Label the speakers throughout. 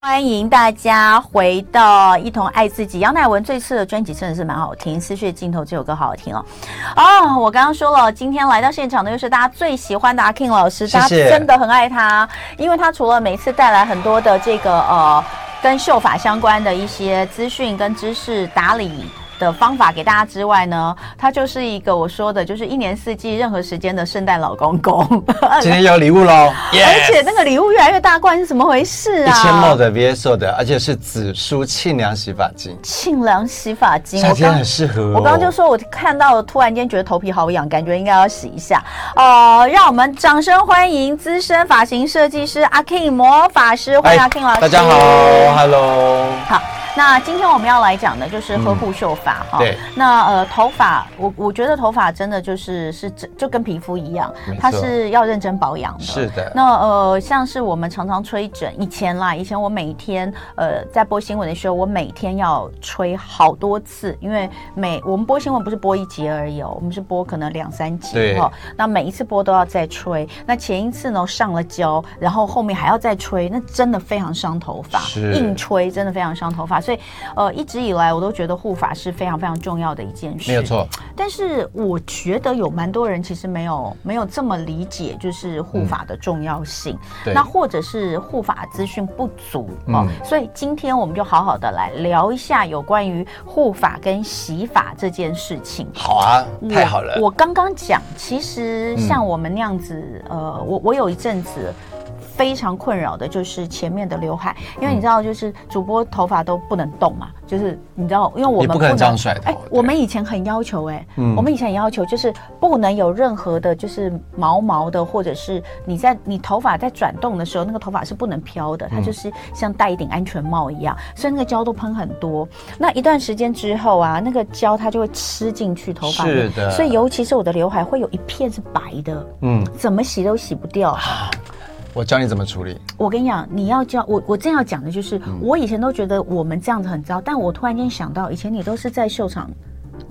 Speaker 1: 欢迎大家回到《一同爱自己》。杨乃文这次的专辑真的是蛮好听，《思绪镜头》这首歌好好听哦。哦，我刚刚说了，今天来到现场的又是大家最喜欢的阿 King 老师，
Speaker 2: 谢谢
Speaker 1: 大家真的很爱他，因为他除了每次带来很多的这个呃跟秀法相关的一些资讯跟知识打理。的方法给大家之外呢，他就是一个我说的，就是一年四季任何时间的圣诞老公 公，
Speaker 2: 今天有礼物喽，
Speaker 1: 而且那个礼物越来越大罐是怎么回事
Speaker 2: 一
Speaker 1: 啊？
Speaker 2: 千毛的 VSO 的，而且是紫苏沁凉洗发精，
Speaker 1: 沁凉洗发精，
Speaker 2: 夏
Speaker 1: 我
Speaker 2: 天
Speaker 1: 刚
Speaker 2: 很适合、哦。
Speaker 1: 我刚刚就说，我看到了，突然间觉得头皮好痒，感觉应该要洗一下。呃，让我们掌声欢迎资深发型设计师阿 King 魔法师，欢迎阿 King 老师。
Speaker 2: 哎大家好。，Hello，
Speaker 1: 好，那今天我们要来讲的就是呵护秀发哈、
Speaker 2: 对
Speaker 1: 那呃，头发，我我觉得头发真的就是是真就跟皮肤一样
Speaker 2: 没，错
Speaker 1: 它是要认真保养的。
Speaker 2: 是的
Speaker 1: 那呃，像是我们常常吹枕，以前啦，以前我每天呃在播新闻的时候，我每天要吹好多次，因为每我们播新闻不是播一节而已哦，我们是播可能两三节
Speaker 2: 对
Speaker 1: 哦。那每一次播都要再吹，那前一次呢上了胶，然后后面还要再吹，那真的非常伤头发，
Speaker 2: 是
Speaker 1: 硬吹真的非常伤头发。所以呃，一直以来我都觉得护发是非常非常重要的一件事，
Speaker 2: 没有。错，
Speaker 1: 但是我觉得有蛮多人其实没有没有这么理解，就是护法的重要性，
Speaker 2: 对
Speaker 1: 那或者是护法资讯不足哦、所以今天我们就好好的来聊一下有关于护法跟洗法这件事情。
Speaker 2: 好啊，太好
Speaker 1: 我
Speaker 2: 了，嗯
Speaker 1: 刚刚讲，其实像我们那样子，呃，我我有一阵子。非常困扰的就是前面的刘海，因为你知道，就是主播头发都不能动嘛，就是你知道，因为我们
Speaker 2: 你不可能这样甩头
Speaker 1: 哎
Speaker 2: 对
Speaker 1: 我们以前很要求、哎、
Speaker 2: 嗯
Speaker 1: 我们以前很要求就是不能有任何的，就是毛毛的，或者是你在你头发在转动的时候，那个头发是不能飘的，它
Speaker 2: 嗯
Speaker 1: 就是像戴一顶安全帽一样，所以那个胶都喷很多。那一段时间之后啊，那个胶它就会吃进去头发里，
Speaker 2: 是的
Speaker 1: 所以尤其是我的刘海会有一片是白的，
Speaker 2: 嗯，
Speaker 1: 怎么洗都洗不掉。
Speaker 2: 我教你怎么处理。
Speaker 1: 我跟你讲，你要教我，我正要讲的就是，
Speaker 2: 嗯
Speaker 1: 我以前都觉得我们这样子很糟，但我突然间想到，以前你都是在秀场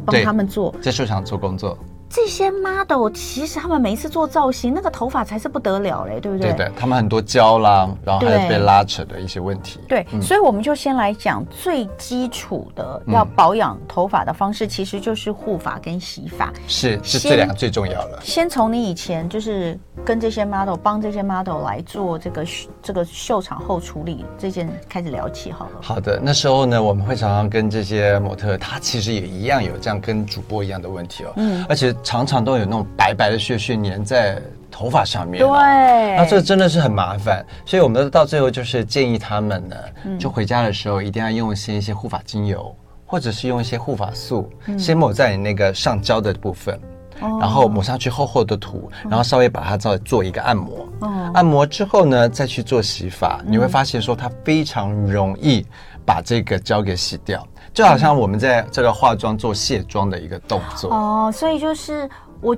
Speaker 1: 帮
Speaker 2: 对
Speaker 1: 他们做
Speaker 2: 在秀场做工作，
Speaker 1: 这些 model，其实他们每一次做造型，那个头发才是不得了嘞，对不
Speaker 2: 对的，他们很多胶啦，然后还
Speaker 1: 对
Speaker 2: 有被拉扯的一些问题。
Speaker 1: 对，所以我们就先来讲最基础的
Speaker 2: 嗯
Speaker 1: 要保养头发的方式，其实就是护发跟洗发。
Speaker 2: 是是
Speaker 1: 先
Speaker 2: 这两个最重要了。
Speaker 1: 先从你以前就是跟这些 model 帮这些 model 来做这个这个秀场后处理这件开始聊起好了。
Speaker 2: 好的，那时候呢，我们会常常跟这些模特，他其实也一样有这样跟主播一样的问题哦，
Speaker 1: 嗯
Speaker 2: 而且常常都有那种白白的屑屑粘在头发上面、
Speaker 1: 对，
Speaker 2: 哦，那这真的是很麻烦，所以我们到最后就是建议他们呢，
Speaker 1: 嗯
Speaker 2: 就回家的时候一定要用一些一些护发精油，或者是用一些护发素，先抹在你那个上胶的部分，
Speaker 1: 嗯哦
Speaker 2: 然后抹上去厚厚的涂，然后稍微把它再做一个按摩。
Speaker 1: 哦嗯
Speaker 2: 按摩之后呢，再去做洗发，你会发现说它非常容易把这个胶给洗掉，就好像我们在这个化妆做卸妆的一个动作，
Speaker 1: 哦，所以就是我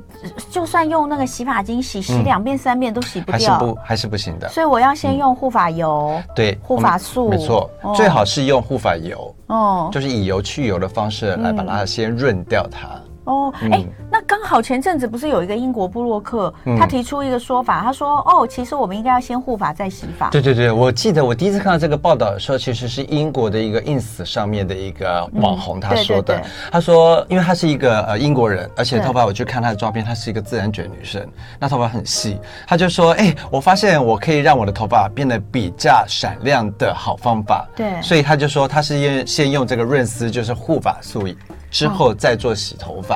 Speaker 1: 就算用那个洗发精洗，洗两遍三遍都洗不
Speaker 2: 嗯还是
Speaker 1: 掉，
Speaker 2: 不还是不行的。
Speaker 1: 所以我要先用护发油。
Speaker 2: 对，
Speaker 1: 护发素
Speaker 2: 我们没错
Speaker 1: 哦，
Speaker 2: 最好是用护发油。
Speaker 1: 哦
Speaker 2: 就是以油去油的方式来把它先润掉它。
Speaker 1: 哦，哎、那刚好前阵子不是有一个英国布洛克，
Speaker 2: 嗯
Speaker 1: 他提出一个说法，他说哦，其实我们应该要先护发再洗发。
Speaker 2: 对对对，我记得我第一次看到这个报道的时候，其实是英国的一个 ins 上面的一个网红他说的。
Speaker 1: 对对对
Speaker 2: 他说，因为他是一个呃英国人，而且
Speaker 1: 对
Speaker 2: 头发我去看他的照片，她是一个自然卷女生，那头发很细。他就说，哎、我发现我可以让我的头发变得比较闪亮的好方法。
Speaker 1: 对
Speaker 2: 所以他就说他是用先用这个润丝，就是护发素，之后再做洗头发。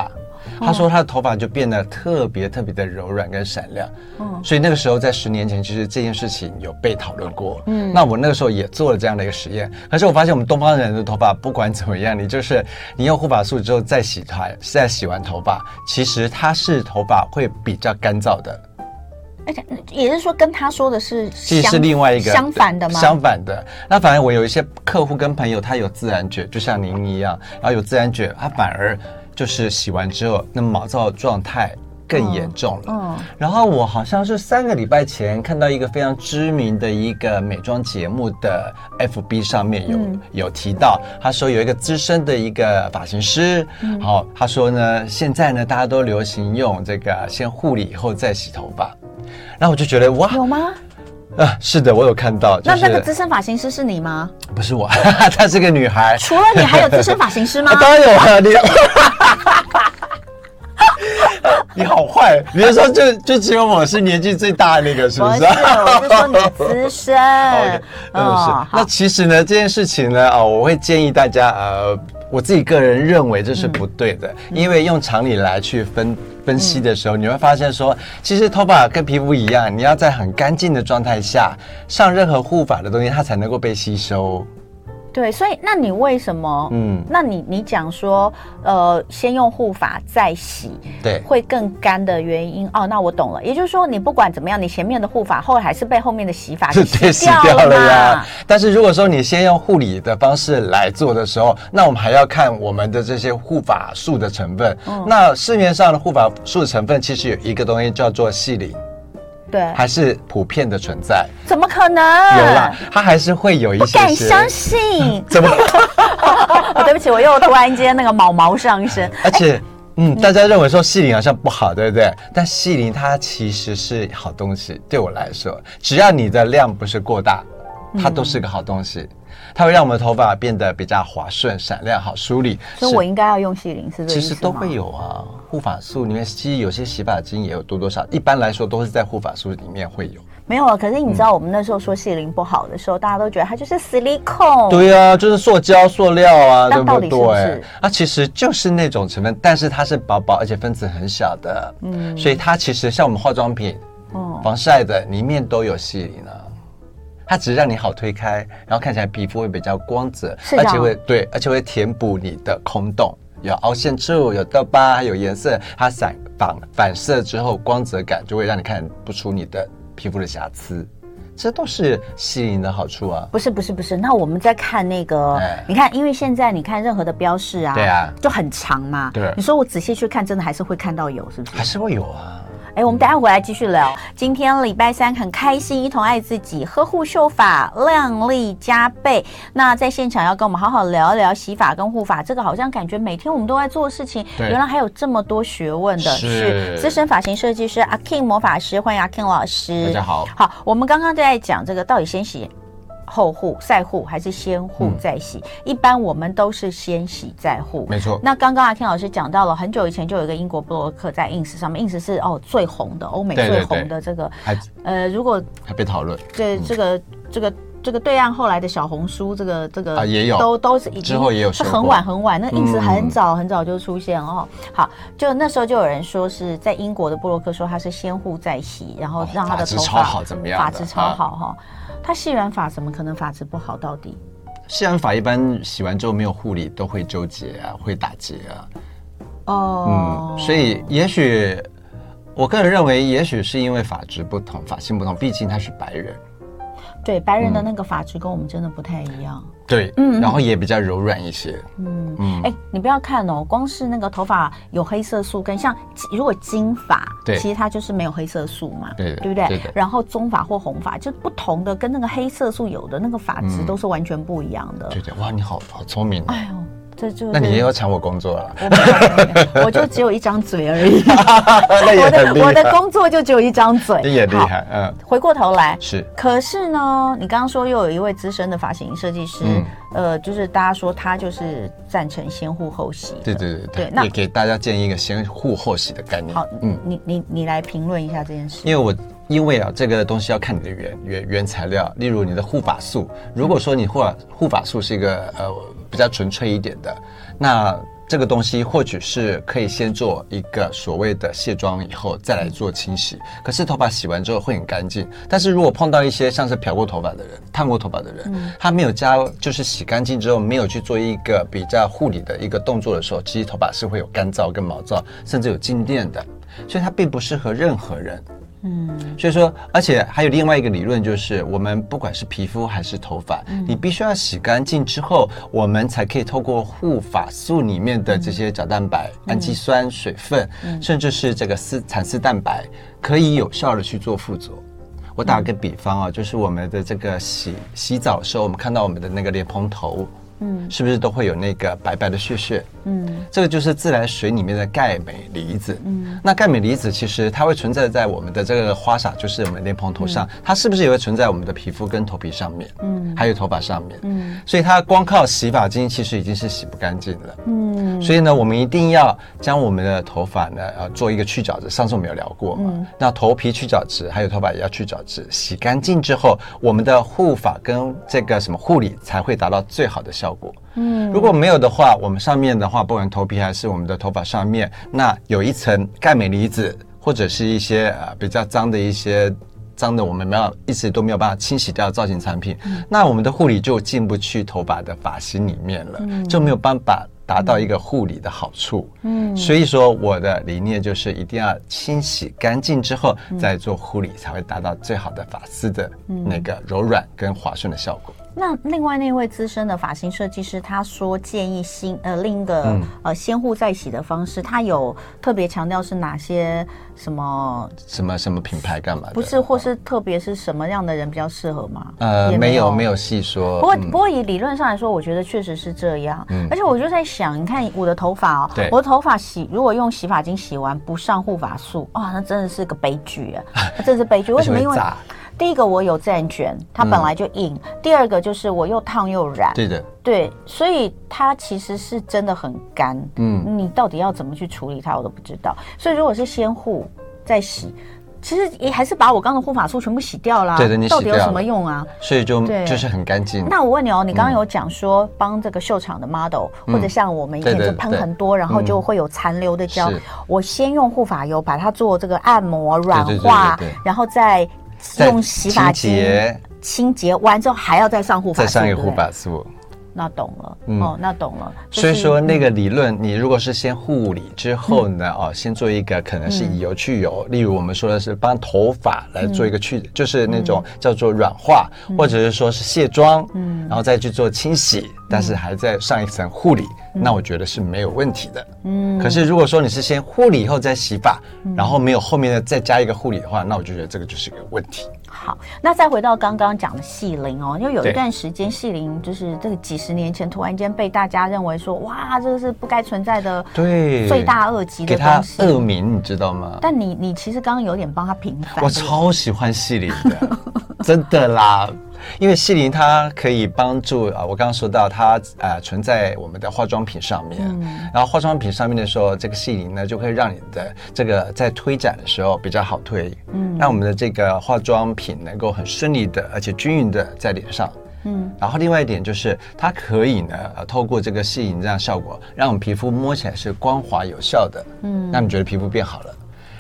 Speaker 2: 他说他的头发就变得特别特别的柔软跟闪亮，
Speaker 1: 嗯
Speaker 2: 所以那个时候在十年前，其实这件事情有被讨论过。嗯，那我那个时候也做了这样的一个实验，可是我发现我们东方人的头发不管怎么样，你就是你用护发素之后再洗头，再洗完头发，其实它是头发会比较干燥的。
Speaker 1: 而且也是说跟他说的是
Speaker 2: 其实
Speaker 1: 相
Speaker 2: 是另外一个
Speaker 1: 相反的吗？
Speaker 2: 相反的。那反而我有一些客户跟朋友，他有自然卷，就像您一样，然后有自然卷，他反而就是洗完之后，那毛躁的状态更严重了。
Speaker 1: 嗯
Speaker 2: 然后我好像是三个礼拜前看到一个非常知名的一个美妆节目的 FB 上面有、
Speaker 1: 嗯
Speaker 2: 有提到，他说有一个资深的一个发型师，好、
Speaker 1: 嗯
Speaker 2: 他说呢，现在呢大家都流行用这个先护理以后再洗头发，然后我就觉得哇，
Speaker 1: 有吗？
Speaker 2: 啊，是的，我有看到，就
Speaker 1: 那那个
Speaker 2: 是
Speaker 1: 资深发型师是你吗？
Speaker 2: 不是我， 她是个女孩，
Speaker 1: 除了你，还有资深发型师吗
Speaker 2: 啊？ 当然有了，你。 你好坏！你是说就就只有我是年纪最大的那个，是不
Speaker 1: 不
Speaker 2: 是？
Speaker 1: 是，
Speaker 2: 啊
Speaker 1: 我是说你的资深 哦
Speaker 2: OK，。嗯是。那
Speaker 1: 好，
Speaker 2: 其实呢，这件事情呢，啊、我会建议大家，呃，我自己个人认为这是不对的，
Speaker 1: 嗯
Speaker 2: 因为用常理来去分。分析的时候，你会发现说，其实头发跟皮肤一样，你要在很干净的状态下上任何护发的东西，它才能够被吸收。
Speaker 1: 对，所以那你为什么？
Speaker 2: 嗯
Speaker 1: 嗯，那你你讲说，呃，先用护发再洗，
Speaker 2: 对，
Speaker 1: 会更干的原因哦，那我懂了。也就是说，你不管怎么样，你前面的护发后来还是被后面的洗发给
Speaker 2: 对，
Speaker 1: 洗
Speaker 2: 洗掉了
Speaker 1: 嘛
Speaker 2: 呀。但是如果说你先用护理的方式来做的时候，那我们还要看我们的这些护发素的成分。
Speaker 1: 嗯
Speaker 2: 那市面上的护发素成分其实有一个东西叫做细鳞，
Speaker 1: 对，
Speaker 2: 还是普遍的存在。
Speaker 1: 怎么可能？
Speaker 2: 有啦，它还是会有一
Speaker 1: 嗯不
Speaker 2: 些
Speaker 1: 敢
Speaker 2: 些。
Speaker 1: 相信
Speaker 2: 怎么？
Speaker 1: 哦，对不起，我又突然间那个毛毛上身。
Speaker 2: 而且，嗯，大家认为说细鳞好像不好，对不对？但细鳞它其实是好东西，对我来说，只要你的量不是过大，
Speaker 1: 嗯
Speaker 2: 它都是个好东西。它会让我们的头发变得比较滑顺、闪亮、好梳理。
Speaker 1: 所以我应该要用细鳞，是这个
Speaker 2: 其
Speaker 1: 意思
Speaker 2: 实
Speaker 1: 吗？
Speaker 2: 都会有啊，护发素里面其实有些洗发精也有多多少，一般来说都是在护发素里面会有。
Speaker 1: 没有啊。可是你
Speaker 2: 嗯
Speaker 1: 知道，我们那时候说细鳞不好的时候，大家都觉得它就是 silicone。
Speaker 2: 对啊呀、就是塑胶、塑料啊，对
Speaker 1: 哦但
Speaker 2: 不
Speaker 1: 到底是
Speaker 2: 对？
Speaker 1: 不是
Speaker 2: 啊，其实就是那种成分，但是它是薄薄，而且分子很小的，嗯，所以它其实像我们化妆品、
Speaker 1: 嗯，
Speaker 2: 防晒的里面都有细鳞啊。它只是让你好推开，然后看起来皮肤会比较光泽，
Speaker 1: 是啊这
Speaker 2: 而
Speaker 1: 样
Speaker 2: 且会对，而且会填补你的空洞，有凹陷处，有痘疤，还有颜色，它散反反射之后光泽感就会让你看不出你的皮肤的瑕疵，这都是细鳞的好处啊。
Speaker 1: 不是不是不是。那我们在看那个
Speaker 2: 哎，
Speaker 1: 你看，因为现在你看任何的标示啊，
Speaker 2: 对啊
Speaker 1: 就很长嘛。
Speaker 2: 对
Speaker 1: 你说我仔细去看，真的还是会看到有，是不是？
Speaker 2: 还是会有啊。
Speaker 1: 哎，我们等一下回来继续聊。今天礼拜三很开心，一同爱自己，呵护秀发，靓丽加倍。那在现场要跟我们好好聊一聊洗发跟护发，这个好像感觉每天我们都在做的事情，
Speaker 2: 对
Speaker 1: 原来还有这么多学问的。
Speaker 2: 是
Speaker 1: 资深发型设计师阿 King 魔法师，欢迎阿 King 老师。
Speaker 2: 大家好
Speaker 1: 好，我们刚刚就在讲这个到底先洗。后护、再护还是先护
Speaker 2: 嗯
Speaker 1: 再洗？一般我们都是先洗再护。
Speaker 2: 没错，
Speaker 1: 那刚刚阿 Ken 老师讲到了，很久以前就有一个英国布洛克在 ins 上面，ins 是哦最红的，欧美
Speaker 2: 对
Speaker 1: 最
Speaker 2: 对对
Speaker 1: 红的这个，
Speaker 2: 还
Speaker 1: 呃，如果
Speaker 2: 还被讨论，
Speaker 1: 这这个这个。这个对岸后来的小红书，这个这个
Speaker 2: 啊也有
Speaker 1: 都都是已经
Speaker 2: 之后也有
Speaker 1: 是
Speaker 2: 修
Speaker 1: 很
Speaker 2: 过
Speaker 1: 晚很晚，那 ins
Speaker 2: 嗯
Speaker 1: 很早很早就出现了哦。好，就那时候就有人说是在英国的布洛克说他是先护再洗，然后
Speaker 2: 哦
Speaker 1: 让他的
Speaker 2: 发质
Speaker 1: 头
Speaker 2: 超
Speaker 1: 发
Speaker 2: 好怎么样的
Speaker 1: 发质超
Speaker 2: 啊
Speaker 1: 好哈、他细软发怎么可能发质不好？到底
Speaker 2: 细染发一般洗完之后没有护理都会纠结啊，会打结啊，
Speaker 1: 哦
Speaker 2: 嗯，所以也许我个人认为，也许是因为发质不同，发性不同，毕竟他是白人，
Speaker 1: 对白
Speaker 2: 嗯
Speaker 1: 人的那个发质跟我们真的不太一样。
Speaker 2: 对，
Speaker 1: 嗯
Speaker 2: 然后也比较柔软一些，
Speaker 1: 嗯，
Speaker 2: 嗯
Speaker 1: 哎、你不要看哦，光是那个头发有黑色素跟像金如果金发，
Speaker 2: 对
Speaker 1: 其实它就是没有黑色素嘛，
Speaker 2: 对的
Speaker 1: 不对？
Speaker 2: 对的
Speaker 1: 然后棕发或红发，就不同的跟那个黑色素有的那个发质
Speaker 2: 嗯
Speaker 1: 都是完全不一样的。
Speaker 2: 对对，哇，你好好聪明哦，
Speaker 1: 哎呦，这就是
Speaker 2: 那你也要抢我工作啊了
Speaker 1: ，我没有没有我就只有一张嘴而已，
Speaker 2: 那也
Speaker 1: 我
Speaker 2: 很厉
Speaker 1: 的我的
Speaker 2: 害，
Speaker 1: 工作就只有一张嘴，
Speaker 2: 你也厉
Speaker 1: 好。
Speaker 2: 害，嗯，
Speaker 1: 回过头来，
Speaker 2: 是。
Speaker 1: 可是呢，你刚刚说又有一位资深的发型设计师，
Speaker 2: 嗯
Speaker 1: 呃，就是大家说他就是赞成先护后洗的，
Speaker 2: 对对对
Speaker 1: 对那
Speaker 2: 也给大家建议一个先护后洗的概念。
Speaker 1: 好，嗯，你你你来评论一下这件事。
Speaker 2: 因为我因为啊，这个东西要看你的原原原材料，例如你的护发素。如果说你护发护发素是一个呃比较纯粹一点的，那这个东西或许是可以先做一个所谓的卸妆，以后再来做清洗。可是头发洗完之后会很干净，但是如果碰到一些像是漂过头发的人、烫过头发的人，他没有加就是洗干净之后没有去做一个比较护理的一个动作的时候，其实头发是会有干燥跟毛躁，甚至有静电的，所以它并不适合任何人。所以说，而且还有另外一个理论，就是我们不管是皮肤还是头发，你必须要洗干净之后，我们才可以透过护发素里面的这些角蛋白、氨基酸、水分，甚至是这个丝蚕丝蛋白，可以有效的去做附着。我打个比方啊，就是我们的这个洗洗澡的时候，我们看到我们的那个莲蓬头，嗯，是不是都会有那个白白的屑屑？嗯，这个就是自来水里面的钙镁离子。嗯，那钙镁离子其实它会存在在我们的这个花洒，就是我们莲蓬头上，它是不是也会存在我们的皮肤跟头皮上面？嗯，还有头发上面。嗯，所以它光靠洗发精其实已经是洗不干净了。嗯，所以呢，我们一定要将我们的头发呢，呃，做一个去角质。上次我们有聊过嘛，那头皮去角质，还有头发也要去角质，洗干净之后，我们的护发跟这个什么护理才会达到最好的效果。嗯，如果没有的话，我们上面的话，不管头皮还是我们的头发上面，那有一层钙镁离子或者是一些呃比较脏的一些脏的，我们没有一直都没有办法清洗掉的造型产品，那我们的护理就进不去头发的发型里面了，就没有办法。达到一个护理的好处，嗯，所以说我的理念就是一定要清洗干净之后再做护理，才会达到最好的发丝的那个柔软跟滑顺的效果。
Speaker 1: 那另外那位资深的发型设计师他说建议新呃另一个、
Speaker 2: 嗯
Speaker 1: 呃先护再洗的方式，他有特别强调是哪些什么？
Speaker 2: 什么什么品牌干嘛的？
Speaker 1: 不是，或是特别是什么样的人比较适合吗？
Speaker 2: 呃，
Speaker 1: 也
Speaker 2: 没有没有细说。
Speaker 1: 不过，
Speaker 2: 嗯
Speaker 1: 不过以理论上来说，我觉得确实是这样。而且我就在想，你看我的头发哦
Speaker 2: 对，
Speaker 1: 我的头发洗如果用洗发精洗完不上护发素，哇，那真的是个悲剧 啊，那真的是悲剧。为什么？
Speaker 2: 而且会
Speaker 1: 因为
Speaker 2: 炸
Speaker 1: 第一个我有自然卷，它本来就硬；第二个就是我又烫又染，
Speaker 2: 嗯对的，
Speaker 1: 对，所以它其实是真的很干。
Speaker 2: 嗯，
Speaker 1: 你到底要怎么去处理它，我都不知道。所以如果是先护再洗，其实也还是把我刚刚的护发素全部洗掉啦。
Speaker 2: 对的你洗
Speaker 1: 到底有
Speaker 2: 掉
Speaker 1: 什么
Speaker 2: 了嗯
Speaker 1: 用啊？
Speaker 2: 所以就
Speaker 1: 对
Speaker 2: 就是很干净。
Speaker 1: 那我问你哦，你刚刚
Speaker 2: 嗯
Speaker 1: 有讲说帮这个秀场的 model，、或者像我们以前
Speaker 2: 对对
Speaker 1: 就喷很多，然后就会有残留的胶
Speaker 2: 是。
Speaker 1: 我先用护发油把它做这个按摩软化，
Speaker 2: 对对对对对
Speaker 1: 然后再
Speaker 2: 再
Speaker 1: 用洗发
Speaker 2: 清
Speaker 1: 精
Speaker 2: 洁，
Speaker 1: 清洁完之后还要再上护发
Speaker 2: 再
Speaker 1: 素，
Speaker 2: 上一个护
Speaker 1: 对不对
Speaker 2: 发素。
Speaker 1: 那懂了，哦，那懂了。就
Speaker 2: 所以
Speaker 1: 是嗯
Speaker 2: 说，那个理论，你如果是先护理之后呢，哦，先做一个可能是以油去油，
Speaker 1: 嗯
Speaker 2: 例如我们说的是帮头发来做一个去，就是那种叫做软化，
Speaker 1: 嗯
Speaker 2: 或者是说是卸妆，嗯，然后再去做清洗，但是还在上一层护理，
Speaker 1: 嗯
Speaker 2: 那我觉得是没有问题的。嗯，可是如果说你是先护理以后再洗发，
Speaker 1: 嗯
Speaker 2: 然后没有后面的再加一个护理的话，那我就觉得这个就是一个问题。
Speaker 1: 好，那再回到刚刚讲的戏灵哦，因为有一
Speaker 2: 对
Speaker 1: 段时间戏灵就是这个几十年前突然间被大家认为说，哇，这个是不该存在的
Speaker 2: 对，
Speaker 1: 罪大恶极
Speaker 2: 给
Speaker 1: 的
Speaker 2: 他
Speaker 1: 东西。
Speaker 2: 恶名，你知道吗？
Speaker 1: 但你你其实刚刚有点帮他平反，
Speaker 2: 我
Speaker 1: 对不对
Speaker 2: 超喜欢戏灵的， 真的啦，因为戏灵它可以帮助啊、呃我刚刚说到它呃存在我们的化妆品上面，然后化妆品上面的时候，这个戏灵呢就会让你的这个在推展的时候比较好推，嗯，让我们的这个化妆品能够很顺利的而且均匀的在脸上。嗯，然后另外一点就是，它可以呢，呃，透过这个吸引这样的效果，让我们皮肤摸起来是光滑有效的，嗯，让你觉得皮肤变好了。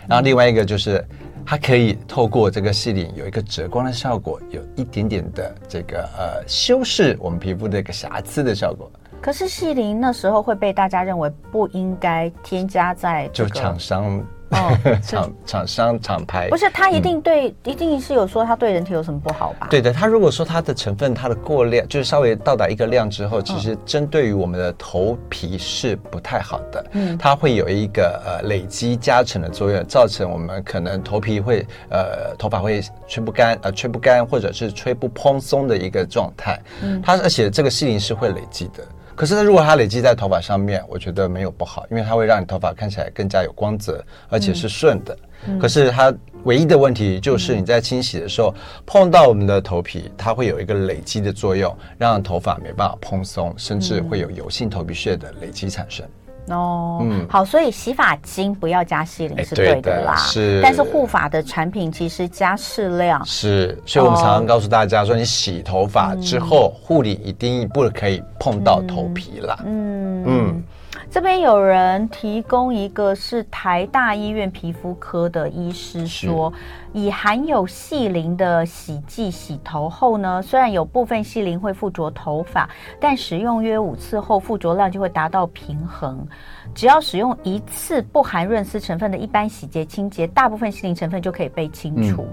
Speaker 2: 然后另外一个就是，它可以透过这个吸领有一个折光的效果，有一点点的这个呃修饰我们皮肤的一个瑕疵的效果。
Speaker 1: 可是细鳞那时候会被大家认为不应该添加在这
Speaker 2: 就
Speaker 1: 个，
Speaker 2: 厂商、
Speaker 1: 哦
Speaker 2: 厂厂商厂牌
Speaker 1: 不是它一定对，一定是有说它对人体有什么不好吧？
Speaker 2: 对的，它如果说它的成分它的过量，就是稍微到达一个量之后，其实针对于我们的头皮是不太好的，嗯，它会有一个呃累积加成的作用，造成我们可能头皮会呃头发会吹不干呃吹不干或者是吹不蓬松的一个状态，嗯，它而且这个细鳞是会累积的。可是呢，如果它累积在头发上面，我觉得没有不好，因为它会让你头发看起来更加有光泽，而且是顺的。
Speaker 1: 嗯
Speaker 2: 可是它唯一的问题就是你在清洗的时候、碰到我们的头皮，它会有一个累积的作用，让头发没办法蓬松，甚至会有油性头皮屑的累积产生。
Speaker 1: 哦，好，所以洗发精不要加细鳞
Speaker 2: 嗯哎
Speaker 1: 是
Speaker 2: 对
Speaker 1: 对的
Speaker 2: 的
Speaker 1: 啦，
Speaker 2: 是
Speaker 1: 但是护发的产品其实加适量，
Speaker 2: 是，所以我们常常告诉大家说，你洗头发之后、护理一定不可以碰到头皮啦。
Speaker 1: 嗯
Speaker 2: 嗯
Speaker 1: 这边有人提供一个是台大医院皮肤科的医师说，以含有细鳞的洗剂洗头后呢，虽然有部分细鳞会附着头发，但使用约五次后，附着量就会达到平衡。只要使用一次不含润丝成分的一般洗洁清洁，大部分细鳞成分就可以被清除。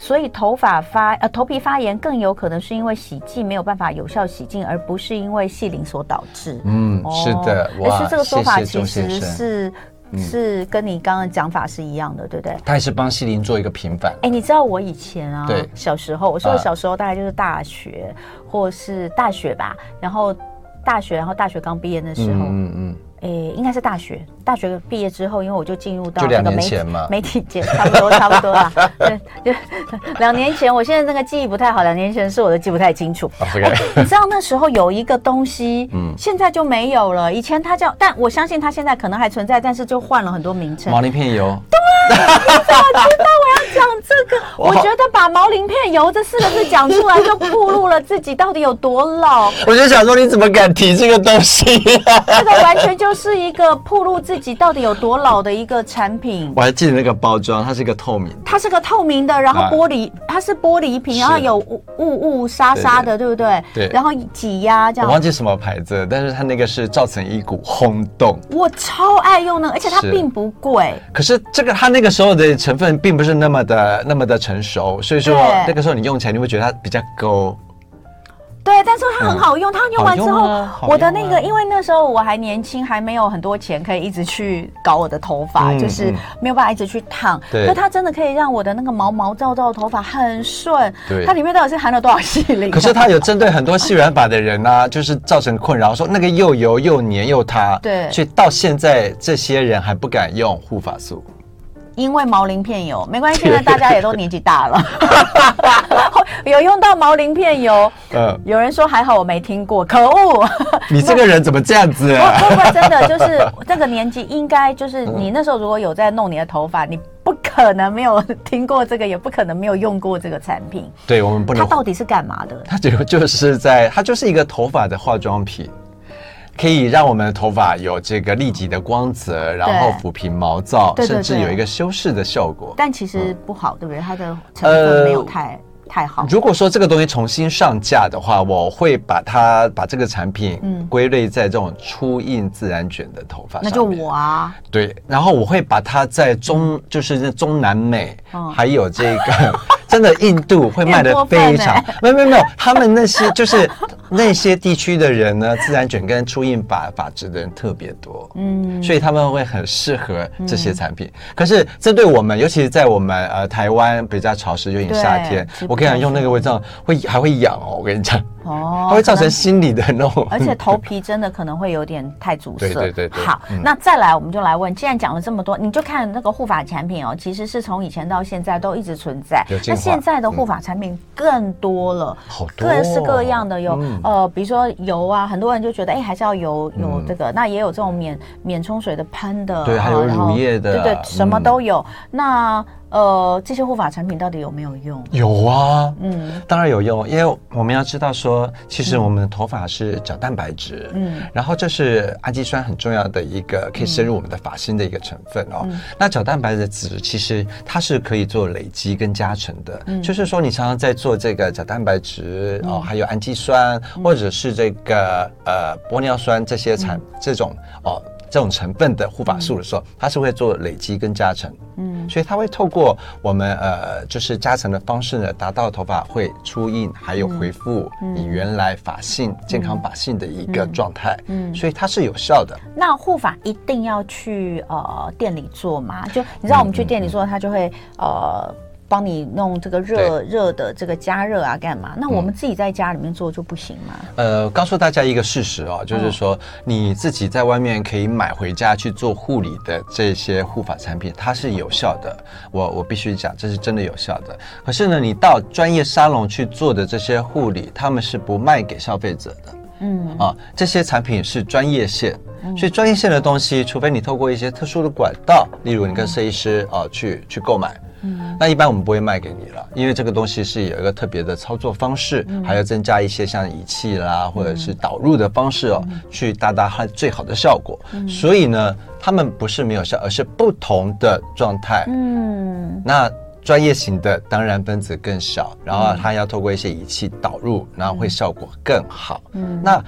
Speaker 1: 所以头发发呃头皮发炎更有可能是因为洗剂没有办法有效洗净，而不是因为细鳞所导致。
Speaker 2: 嗯，是的，
Speaker 1: 哦但是这个说法
Speaker 2: 谢谢
Speaker 1: 其
Speaker 2: 钟
Speaker 1: 实
Speaker 2: 先生嗯
Speaker 1: 是是跟你刚刚讲法是一样的，对不对？
Speaker 2: 他也是帮西林做一个平反。
Speaker 1: 哎，你知道我以前啊
Speaker 2: 对，
Speaker 1: 小时候，我说
Speaker 2: 啊
Speaker 1: 的小时候大概就是大学、或是大学吧，然后大学，然后大学刚毕业那时候，
Speaker 2: 嗯嗯，
Speaker 1: 诶、应该是大学，大学毕业之后，因为我就进入到
Speaker 2: 就
Speaker 1: 那
Speaker 2: 两
Speaker 1: 个
Speaker 2: 年
Speaker 1: 媒体
Speaker 2: 前嘛
Speaker 1: 媒体界，差不多，差不多 啦。对，就两年前，我现在那个记忆不太好，两年前是我的记不太清楚。
Speaker 2: 啊，OK，
Speaker 1: 你知道那时候有一个东西，
Speaker 2: 嗯
Speaker 1: 现在就没有了。以前它叫，但我相信它现在可能还存在，但是就换了很多名称。
Speaker 2: 毛鳞片油，
Speaker 1: 讲这个，我觉得把“毛鳞片油”这四个字讲出来，就暴露了自己到底有多老。
Speaker 2: 我就想说你怎么敢提这个东西、啊
Speaker 1: 这个完全就是一个暴露自己到底有多老的一个产品。
Speaker 2: 我还记得那个包装，它是一个透明的，
Speaker 1: 它是个透明的，然后
Speaker 2: 啊
Speaker 1: 玻璃，它是玻璃瓶，
Speaker 2: 是
Speaker 1: 然后有雾雾雾沙沙的，对不对？
Speaker 2: 对
Speaker 1: 然后挤压这
Speaker 2: 我
Speaker 1: 样
Speaker 2: 忘。记什么牌子了，但是它那个是造成一股轰动。
Speaker 1: 我超爱用那个，而且它
Speaker 2: 是
Speaker 1: 并不贵。
Speaker 2: 可是这个它那个时候的成分并不是那么的那么的成熟，所以说
Speaker 1: 对
Speaker 2: 那个时候你用起来你会觉得它比较勾。
Speaker 1: 对，但是它很好用，它用完之
Speaker 2: 嗯好
Speaker 1: 后，
Speaker 2: 用啊好用啊
Speaker 1: 我的那个，因为那时候我还年轻，还没有很多钱可以一直去搞我的头发，
Speaker 2: 嗯
Speaker 1: 就是
Speaker 2: 嗯
Speaker 1: 没有办法一直去烫。
Speaker 2: 对
Speaker 1: 可它真的可以让我的那个毛毛躁躁的头发很顺。
Speaker 2: 对
Speaker 1: 它里面到底是含了多少 细鳞啊？
Speaker 2: 可是它有针对很多细软发的人啊，就是造成困扰，说那个又油又黏又塌，
Speaker 1: 对
Speaker 2: 所以到现在这些人还不敢用护发素。
Speaker 1: 因为毛鳞片油，没关系，现在大家也都年纪大 了，有用到毛鳞片油。
Speaker 2: 呃，
Speaker 1: 有人说还好我没听过，可恶！
Speaker 2: 你这个人怎么这样子、 啊？
Speaker 1: 不不不，真的就是这个年纪，应该就是你那时候如果有在弄你的头发，你不可能没有听过这个，也不可能没有用过这个产品。
Speaker 2: 对我们不
Speaker 1: 它
Speaker 2: 能，
Speaker 1: 到底是干嘛的？
Speaker 2: 它只有就是在它就是一个头发的化妆品。可以让我们的头发有这个立即的光泽，然后抚平毛躁，
Speaker 1: 对对
Speaker 2: 甚至
Speaker 1: 对
Speaker 2: 有一个修饰的效果。
Speaker 1: 但其实不好，对不对？它的成分没有
Speaker 2: 呃
Speaker 1: 太太好。
Speaker 2: 如果说这个东西重新上架的话，我会把它把这个产
Speaker 1: 嗯
Speaker 2: 品归类在这种初印自然卷的头发上
Speaker 1: 那
Speaker 2: 面。
Speaker 1: 就我啊，
Speaker 2: 对，然后我会把它在中就是那中南美，
Speaker 1: 嗯
Speaker 2: 还有这个 真的印度会卖
Speaker 1: 你
Speaker 2: 的
Speaker 1: 很过分
Speaker 2: 非常
Speaker 1: 欸，
Speaker 2: 没有没有没有，他们那些就是那些地区的人呢，自然卷跟初印法法质的人特别多。
Speaker 1: 嗯，
Speaker 2: 所以他们会很适合这些产品。可是针对我们，尤其是在我们呃台湾比较潮湿，尤
Speaker 1: 嗯
Speaker 2: 其
Speaker 1: 对
Speaker 2: 夏天
Speaker 1: 吃，不
Speaker 2: 我跟你
Speaker 1: 下
Speaker 2: 讲，
Speaker 1: 去
Speaker 2: 用那个味道会还会痒哦。我跟你讲，
Speaker 1: 哦
Speaker 2: 它会造
Speaker 1: 可能
Speaker 2: 成心理的那 种。
Speaker 1: 而且头皮真的可能会有点太阻塞。
Speaker 2: 对对对对
Speaker 1: 好，
Speaker 2: 嗯
Speaker 1: 那再来我们就来问，既然讲了这么多，你就看那个护发产品哦，其实是从以前到现在都一直存在
Speaker 2: 有。进
Speaker 1: 那
Speaker 2: 化
Speaker 1: 现在的护发产品更多了。
Speaker 2: 好多哦
Speaker 1: 各式各样的有、
Speaker 2: 嗯
Speaker 1: 呃，比如说油啊，很多人就觉得哎、还是要油有
Speaker 2: 嗯
Speaker 1: 这个，那也有这种免免冲水的喷的，
Speaker 2: 对
Speaker 1: 啊
Speaker 2: 还有
Speaker 1: 然后
Speaker 2: 乳液
Speaker 1: 对
Speaker 2: 的
Speaker 1: 对，什么
Speaker 2: 嗯
Speaker 1: 都有。那呃，这些护发产品到底有没有用？
Speaker 2: 有啊，
Speaker 1: 嗯
Speaker 2: 当然有用，因为我们要知道说，其实我们的头发是角蛋白质，
Speaker 1: 嗯
Speaker 2: 嗯，然后这是氨基酸很重要的一个可以深入我们的发心的一个成分哦。那角蛋白的质其实它是可以做累积跟加成的，就是说你常常在做这个角蛋白质、哦，还有氨基酸、或者是这个呃玻尿酸这些产、这种哦。这种成分的护发素的时候，它是会做累积跟加成，
Speaker 1: 嗯
Speaker 2: 所以它会透过我们呃，就是加成的方式呢，达到头发会出印，还有恢复
Speaker 1: 嗯
Speaker 2: 你原来发性、健康发性的一个状态。
Speaker 1: 嗯。
Speaker 2: 所以它是有效的，
Speaker 1: 那护发一定要去呃店里做吗？就你知道我们去店里做，它就会呃帮你弄这个热热的这个加热啊，干嘛？那我们自己在家里面做就不行吗？
Speaker 2: 呃，告诉大家一个事实哦，就是说你自己在外面可以买回家去做护理的这些护发产品，它是有效的。我我必须讲，这是真的有效的。可是呢，你到专业沙龙去做的这些护理，他们是不卖给消费者的。
Speaker 1: 嗯，
Speaker 2: 啊，这些产品是专业线，所以专业线的东西，除非你透过一些特殊的管道，例如你跟设计师啊去去购买，那一般我们不会卖给你了，因为这个东西是有一个特别的操作方式，还要增加一些像仪器啦，或者是导入的方式哦，去达到它最好的效果。所以呢，他们不是没有效，而是不同的状态。
Speaker 1: 嗯，
Speaker 2: 那专业型的当然分子更小，然后它要透过一些仪器导入，然后会效果更好。嗯，那。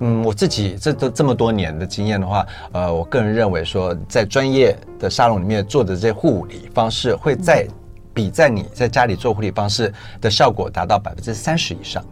Speaker 2: 嗯，我自己这都这么多年的经验的话，呃，我个人认为说，在专业的沙龙里面做的这些护理方式，会在比在你在家里做护理方式的效果达到百分之三十以上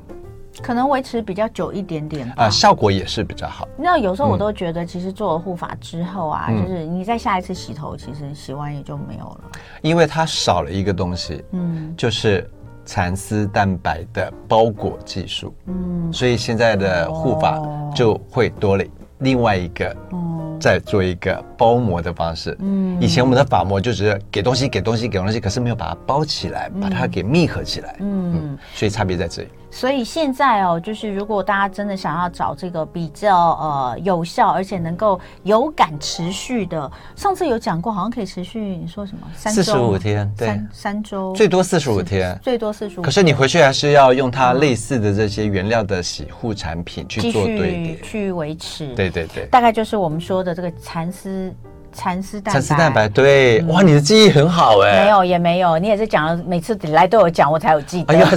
Speaker 1: 可能维持比较久一点点吧。
Speaker 2: 啊、效果也是比较好。
Speaker 1: 那有时候我都觉得，其实做了护发之后啊，
Speaker 2: 嗯
Speaker 1: 就是你在下一次洗头，其实洗完也就没有了。
Speaker 2: 因为它少了一个东西，
Speaker 1: 嗯，
Speaker 2: 就是蚕丝蛋白的包裹技术，嗯，所以现在的护发
Speaker 1: 哦
Speaker 2: 就会多了另外一个，
Speaker 1: 嗯
Speaker 2: 再做一个包膜的方式，嗯，以前我们的发膜就只是给东西给东西给东西，可是没有把它包起来，把
Speaker 1: 嗯
Speaker 2: 它给密合起来，嗯，所以差别在这里。
Speaker 1: 所以现在哦，就是如果大家真的想要找这个比较呃有效，而且能够有感持续的，上次有讲过，好像可以持续你说什么三周
Speaker 3: 四十五天，对，
Speaker 1: 三三周
Speaker 2: 最多四十五天，
Speaker 1: 最多四十五，
Speaker 2: 可是你回去还是要用它类似的这些原料的洗护产品去
Speaker 1: 嗯继
Speaker 2: 做对
Speaker 1: 续
Speaker 2: 叠，
Speaker 1: 去维持，
Speaker 2: 对对对。
Speaker 1: 大概就是我们说的这个蚕丝蚕丝蛋白嗯
Speaker 2: 蚕丝蛋白，对，哇，你的记忆很好哎，
Speaker 1: 没，有也没有，你也是讲了，每次来都有讲，我才有记得。
Speaker 2: 哎呀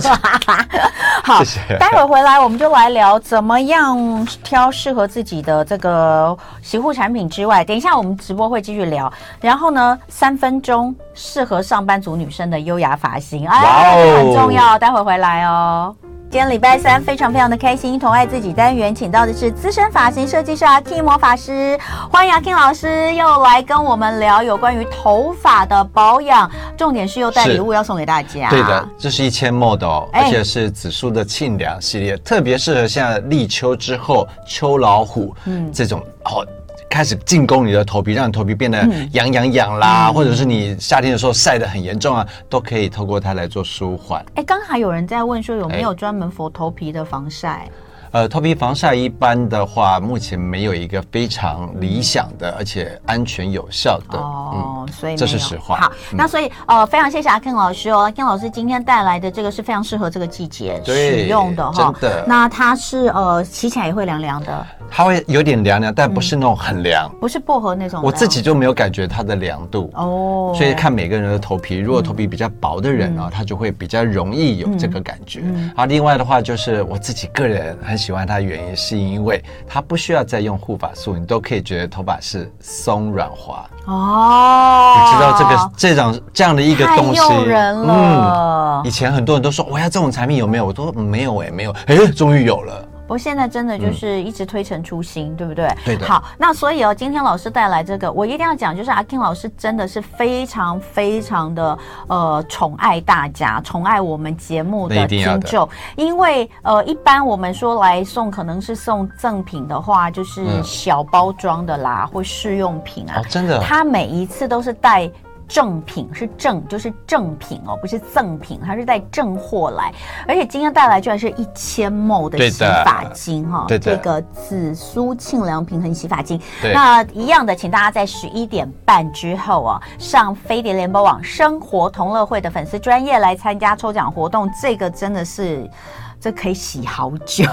Speaker 1: 好，
Speaker 2: 谢谢
Speaker 1: 待会儿回来我们就来聊怎么样挑适合自己的这个洗护产品之外，等一下我们直播会继续聊。然后呢，三分钟适合上班族女生的优雅发型，
Speaker 2: 哇
Speaker 1: 哎，
Speaker 2: 哦
Speaker 1: 这个很重要，待会儿回来哦。今天礼拜三非常非常的开心，同爱自己单元请到的是资深发型设计师阿 K 魔法师，欢迎阿 K 老师又来跟我们聊有关于头发的保养，重点是又带
Speaker 2: 是
Speaker 1: 礼物要送给大家。
Speaker 2: 对的，这是一千 mod 哦，
Speaker 1: 哎
Speaker 2: 而且是紫苏的沁凉系列，特别适合像立秋之后秋老虎，
Speaker 1: 嗯
Speaker 2: 这种哦。开始进攻你的头皮，让你头皮变得
Speaker 1: 嗯
Speaker 2: 痒痒痒啦，或者是你夏天的时候晒得很严重啊，都可以透过它来做舒缓。
Speaker 1: 哎，刚还有人在问说有
Speaker 2: 哎
Speaker 1: 没有专门佛头皮的防晒？
Speaker 2: 呃，头皮防晒一般的话，目前没有一个非常理想的，而且安全有效的。嗯，
Speaker 1: 哦，所以没有
Speaker 2: 这是实话嗯
Speaker 1: 好，那所以呃，非常谢谢阿 Ken 老师哦，阿 Ken 老师今天带来的这个是非常适合这个季节
Speaker 2: 对
Speaker 1: 使用的哈、
Speaker 2: 真的
Speaker 1: 那它是呃洗起来也会凉凉的，
Speaker 2: 它会有点凉凉，但
Speaker 1: 嗯
Speaker 2: 不是那种很凉。
Speaker 1: 不是薄荷那种凉。
Speaker 2: 我自己就没有感觉它的凉度。
Speaker 1: 哦，嗯
Speaker 2: 所以看每个人的头皮，如果头皮比较薄的人呢、啊他就会比较容易有这个感觉。
Speaker 1: 嗯
Speaker 2: 啊，另外的话就是我自己个人很喜欢它，的原因是因为它不需要再用护发素，你都可以觉得头发是松软滑。
Speaker 1: 哦，
Speaker 2: 你知道这个这种这样的一个东西，嗯
Speaker 1: 太诱人了。
Speaker 2: 以前很多人都说我要这种产品有没有？我都说没有哎、没有哎、终于有了。
Speaker 1: 不过现在真的就是一直推陈出新，对不对？
Speaker 2: 嗯对的
Speaker 1: 好，那所以哦，今天老师带来这个，我一定要讲，就是阿 King 老师真的是非常非常的呃宠爱大家，宠爱我们节目
Speaker 2: 那
Speaker 1: 的
Speaker 2: 一定要
Speaker 1: 听
Speaker 2: 的
Speaker 1: 众，因为呃，一般我们说来送，可能是送赠品的话，就是
Speaker 2: 嗯
Speaker 1: 小包装的啦，或试用品啊
Speaker 2: 哦，，真的，
Speaker 1: 他每一次都是带正品，是正就是正品哦，不是赠品，他是带正货来，而且今天带来居然是一千亩的
Speaker 2: 对的
Speaker 1: 洗发精哈、
Speaker 2: 对
Speaker 1: 这
Speaker 2: 的
Speaker 1: 个紫苏沁凉平衡洗发精。
Speaker 2: 对
Speaker 1: 那一样的，请大家在十一点半之后哦，上飞碟联播网生活同乐会的粉丝专业来参加抽奖活动，这个真的是。这可以洗好久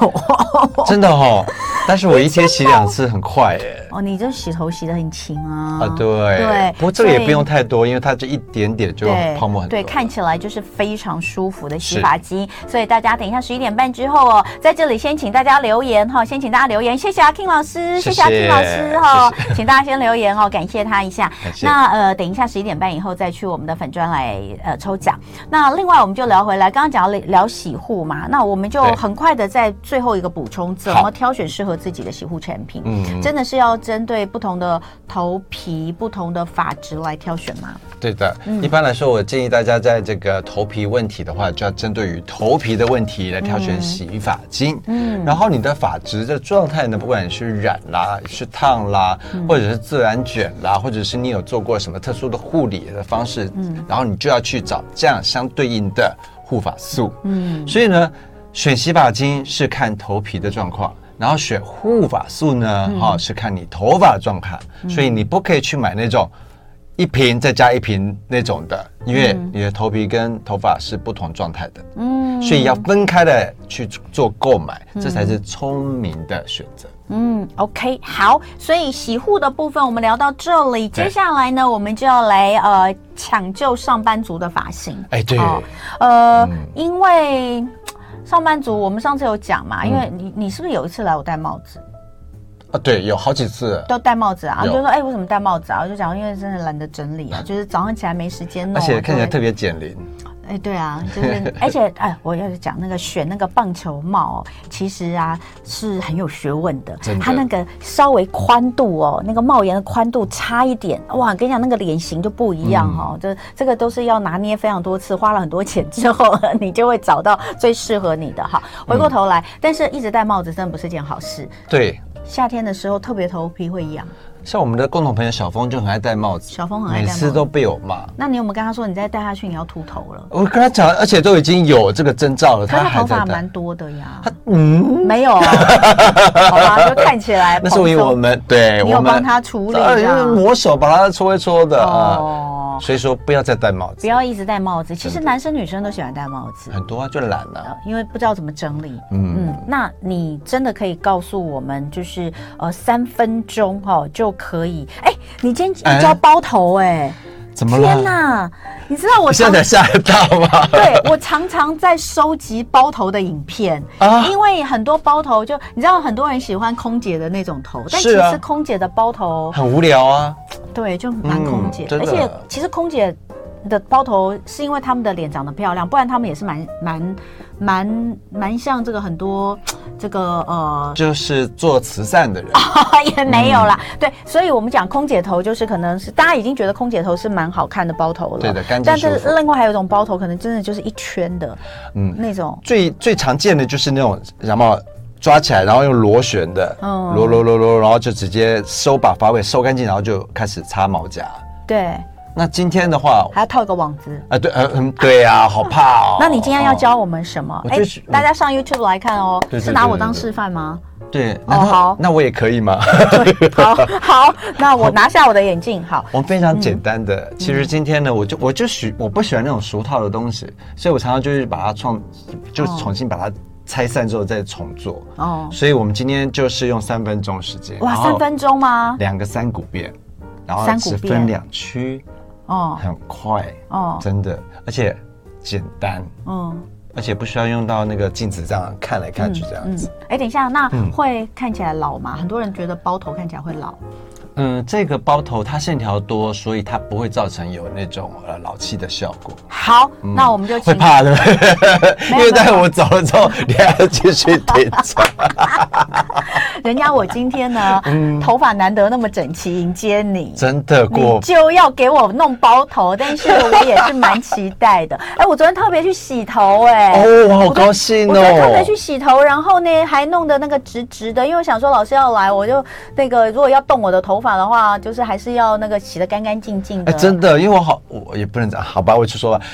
Speaker 2: 真的哦。但是我一天洗两次很快哎、
Speaker 1: 哦！你这洗头洗得很勤啊！
Speaker 2: 啊，对，
Speaker 1: 对，
Speaker 2: 不过这个也
Speaker 1: 所以
Speaker 2: 不用太多，因为它这一点点就
Speaker 1: 对，
Speaker 2: 泡沫很多。
Speaker 1: 对，看起来就是非常舒服的洗
Speaker 2: 是
Speaker 1: 发精。所以大家等一下十一点半之后哦，在这里先请大家留言哈、先请大家留言，谢谢阿 King 老师，
Speaker 2: 谢谢
Speaker 1: 阿 King 老师哈、
Speaker 2: 谢
Speaker 1: 请大家先留言哦，感谢他一下。
Speaker 2: 感谢
Speaker 1: 那呃，等一下十一点半以后再去我们的粉砖来呃抽奖。那另外我们就聊回来，刚刚讲到聊洗护嘛，那我们就
Speaker 2: 对
Speaker 1: 很快的在最后一个补充，怎
Speaker 2: 好
Speaker 1: 么挑选适合自己的洗护产品？
Speaker 2: 嗯
Speaker 1: 真的是要针对不同的头皮、不同的发质来挑选吗？
Speaker 2: 对的，一般来说，我建议大家在这个头皮问题的话，就要针对于头皮的问题来挑选洗发精。嗯，然后你的发质的状态呢，不管你是染啦、是烫啦，或者是自然卷啦，或者是你有做过什么特殊的护理的方式，嗯，然后你就要去找这样相对应的护发素。嗯，所以呢，选洗发精是看头皮的状况。然后选护发素呢，哈、是看你头发的状况，所以你不可以去买那种一瓶再加一瓶那种的，因为
Speaker 1: 嗯
Speaker 2: 你的头皮跟头发是不同状态的，嗯，所以要分开的去做购买，这才是聪明的选择。
Speaker 1: 嗯，OK，好，所以洗护的部分我们聊到这里，
Speaker 2: 对
Speaker 1: 接下来呢，我们就要来呃抢救上班族的发型。
Speaker 2: 哎，对，
Speaker 1: 哦呃，因为上班族，我们上次有讲
Speaker 2: 嗯
Speaker 1: 嘛，因为你你是不是有一次来我戴帽子，
Speaker 2: 啊，对，有好几次，
Speaker 1: 都戴帽子啊？
Speaker 2: 有
Speaker 1: 就说哎，为什么戴帽子啊？我就讲因为真的懒得整理啊，就是早上起来没时间弄啊，
Speaker 2: 而且看起
Speaker 1: 就会
Speaker 2: 来特别减龄，
Speaker 1: 哎、哎，对 啊，就是而且哎，我要讲那个选那个棒球帽、哦，其实啊是很有学问的
Speaker 2: 真。的
Speaker 1: 它那个稍微宽度哦，那个帽檐的宽度差一点，哇，跟你讲那个脸型就不一样
Speaker 2: 嗯
Speaker 1: 哦。这这个都是要拿捏非常多次，花了很多钱之后， 你就会找到最适合你的哈。回过头来，
Speaker 2: 嗯
Speaker 1: 但是一直戴帽子真的不是件好事。
Speaker 2: 对，
Speaker 1: 夏天的时候特别头皮会痒，
Speaker 2: 像我们的共同朋友小峰就很爱戴帽子，
Speaker 1: 小峰很爱戴
Speaker 2: 每
Speaker 1: 帽
Speaker 2: 次
Speaker 1: 子。
Speaker 2: 都被我骂。
Speaker 1: 那你有没有跟他说，你再戴下去你要秃头了？
Speaker 2: 我跟他讲，而且都已经有这个征兆了，
Speaker 1: 可是他
Speaker 2: 还
Speaker 1: 头
Speaker 2: 在
Speaker 1: 发
Speaker 2: 戴
Speaker 1: 蛮。多的呀。
Speaker 2: 嗯，
Speaker 1: 没 有啊，好吧，就看起来
Speaker 2: 那是因为我
Speaker 1: 蓬松
Speaker 2: 们对，
Speaker 1: 你
Speaker 2: 我
Speaker 1: 有
Speaker 2: 们
Speaker 1: 帮他处理
Speaker 2: 呃
Speaker 1: 这样
Speaker 2: 抹手把它搓一搓的啊。
Speaker 1: 哦，
Speaker 2: 所以说不要再戴帽
Speaker 1: 不
Speaker 2: 子，
Speaker 1: 要一直戴帽子。其实男生女生都喜欢戴帽子，
Speaker 2: 很多啊就懒了。
Speaker 1: 因为不知道怎么整理。
Speaker 2: 嗯
Speaker 1: 嗯，那你真的可以告诉我们，就是呃三分钟哦就可以。哎，你今天
Speaker 2: 哎
Speaker 1: 你教包头哎，
Speaker 2: 怎么
Speaker 1: 天
Speaker 2: 了？
Speaker 1: 哪！你知道我
Speaker 2: 你现
Speaker 1: 常
Speaker 2: 在才吓到吗？
Speaker 1: 对我常常在收集包头的影片，
Speaker 2: 啊
Speaker 1: 因为很多包头就你知道，很多人喜欢空姐的那种头，但其
Speaker 2: 是啊
Speaker 1: 实空姐的包头
Speaker 2: 很无聊啊。
Speaker 1: 对就蛮空姐，
Speaker 2: 嗯真
Speaker 1: 而
Speaker 2: 的
Speaker 1: 且其实空姐。的包头是因为她们的脸长得漂亮，不然她们也是蛮蛮蛮蛮像这个很多这个呃
Speaker 2: 就是做慈善的人，
Speaker 1: 啊也没有啦。
Speaker 2: 嗯
Speaker 1: 对，所以我们讲空姐头就是可能是大家已经觉得空姐头是蛮好看的包头了，
Speaker 2: 对的干净
Speaker 1: 但是
Speaker 2: 舒服
Speaker 1: 另外还有一种包头，可能真的就是一圈的，嗯
Speaker 2: 嗯，
Speaker 1: 那种
Speaker 2: 最最常见的就是那种什么抓起来，然后用螺旋的，
Speaker 1: 嗯
Speaker 2: 螺螺螺螺，然后就直接收把发尾收干净，然后就开始擦毛夹。
Speaker 1: 对，
Speaker 2: 那今天的话，
Speaker 1: 还要套一个网子。
Speaker 2: 啊对，呃嗯，对啊，好怕 哦。
Speaker 1: 那你今天要教我们什么？
Speaker 2: 我
Speaker 1: 哎、
Speaker 2: 就是嗯
Speaker 1: 大家上 YouTube 来看哦，
Speaker 2: 对对
Speaker 1: 是拿
Speaker 2: 对
Speaker 1: 我
Speaker 2: 对
Speaker 1: 当
Speaker 2: 对
Speaker 1: 示范吗？
Speaker 2: 哦对，
Speaker 1: 哦好嗯
Speaker 2: 那我也可以吗？
Speaker 1: 好好，那我拿下我的眼镜，好。
Speaker 2: 我们非常简单的，
Speaker 1: 嗯
Speaker 2: 其实今天呢，我就我就喜我不喜欢那种俗套的东西，所以我常常就是把它创，就
Speaker 1: 哦
Speaker 2: 重新把它拆散之后再重做。
Speaker 1: 哦，
Speaker 2: 所以我们今天就是用三分钟时间，
Speaker 1: 哇，
Speaker 2: 然后
Speaker 1: 三分钟吗？
Speaker 2: 两个三股变，然后
Speaker 1: 三股
Speaker 2: 只
Speaker 1: 变
Speaker 2: 分两区，
Speaker 1: 哦
Speaker 2: 很快，
Speaker 1: 哦，
Speaker 2: 真的，而且简单，
Speaker 1: 嗯
Speaker 2: 而且不需要用到那个镜子这样看来看去这样
Speaker 1: 嗯
Speaker 2: 子。。
Speaker 1: 哎、等一下，那
Speaker 2: 嗯
Speaker 1: 会看起来老吗？很多人觉得包头看起来会老。
Speaker 2: 嗯，这个包头它线条多，所以它不会造成有那种呃老气的效果。
Speaker 1: 好，那我们就
Speaker 2: 嗯会
Speaker 1: 请
Speaker 2: 怕的， 因
Speaker 1: 没有
Speaker 2: 为待会我走了之后，你还要继续点赞。
Speaker 1: 人家我今天 呢，头发难得那么整齐迎接你。
Speaker 2: 真的
Speaker 1: 你
Speaker 2: 嗯过
Speaker 1: 就要给我弄包头，但是我也是蛮期待的。哎、我昨天特别去洗头、哎、
Speaker 2: 哦，我好高兴
Speaker 1: 我昨天特别
Speaker 2: 哦
Speaker 1: 去！洗头，然后呢还弄得那个直直的，因为我想说老师要来，我就那个如果要动我的头发的话，就是还是要那个洗得干干净净的。
Speaker 2: 哎，真的，因为我好，我也不能讲，好吧，我去说吧。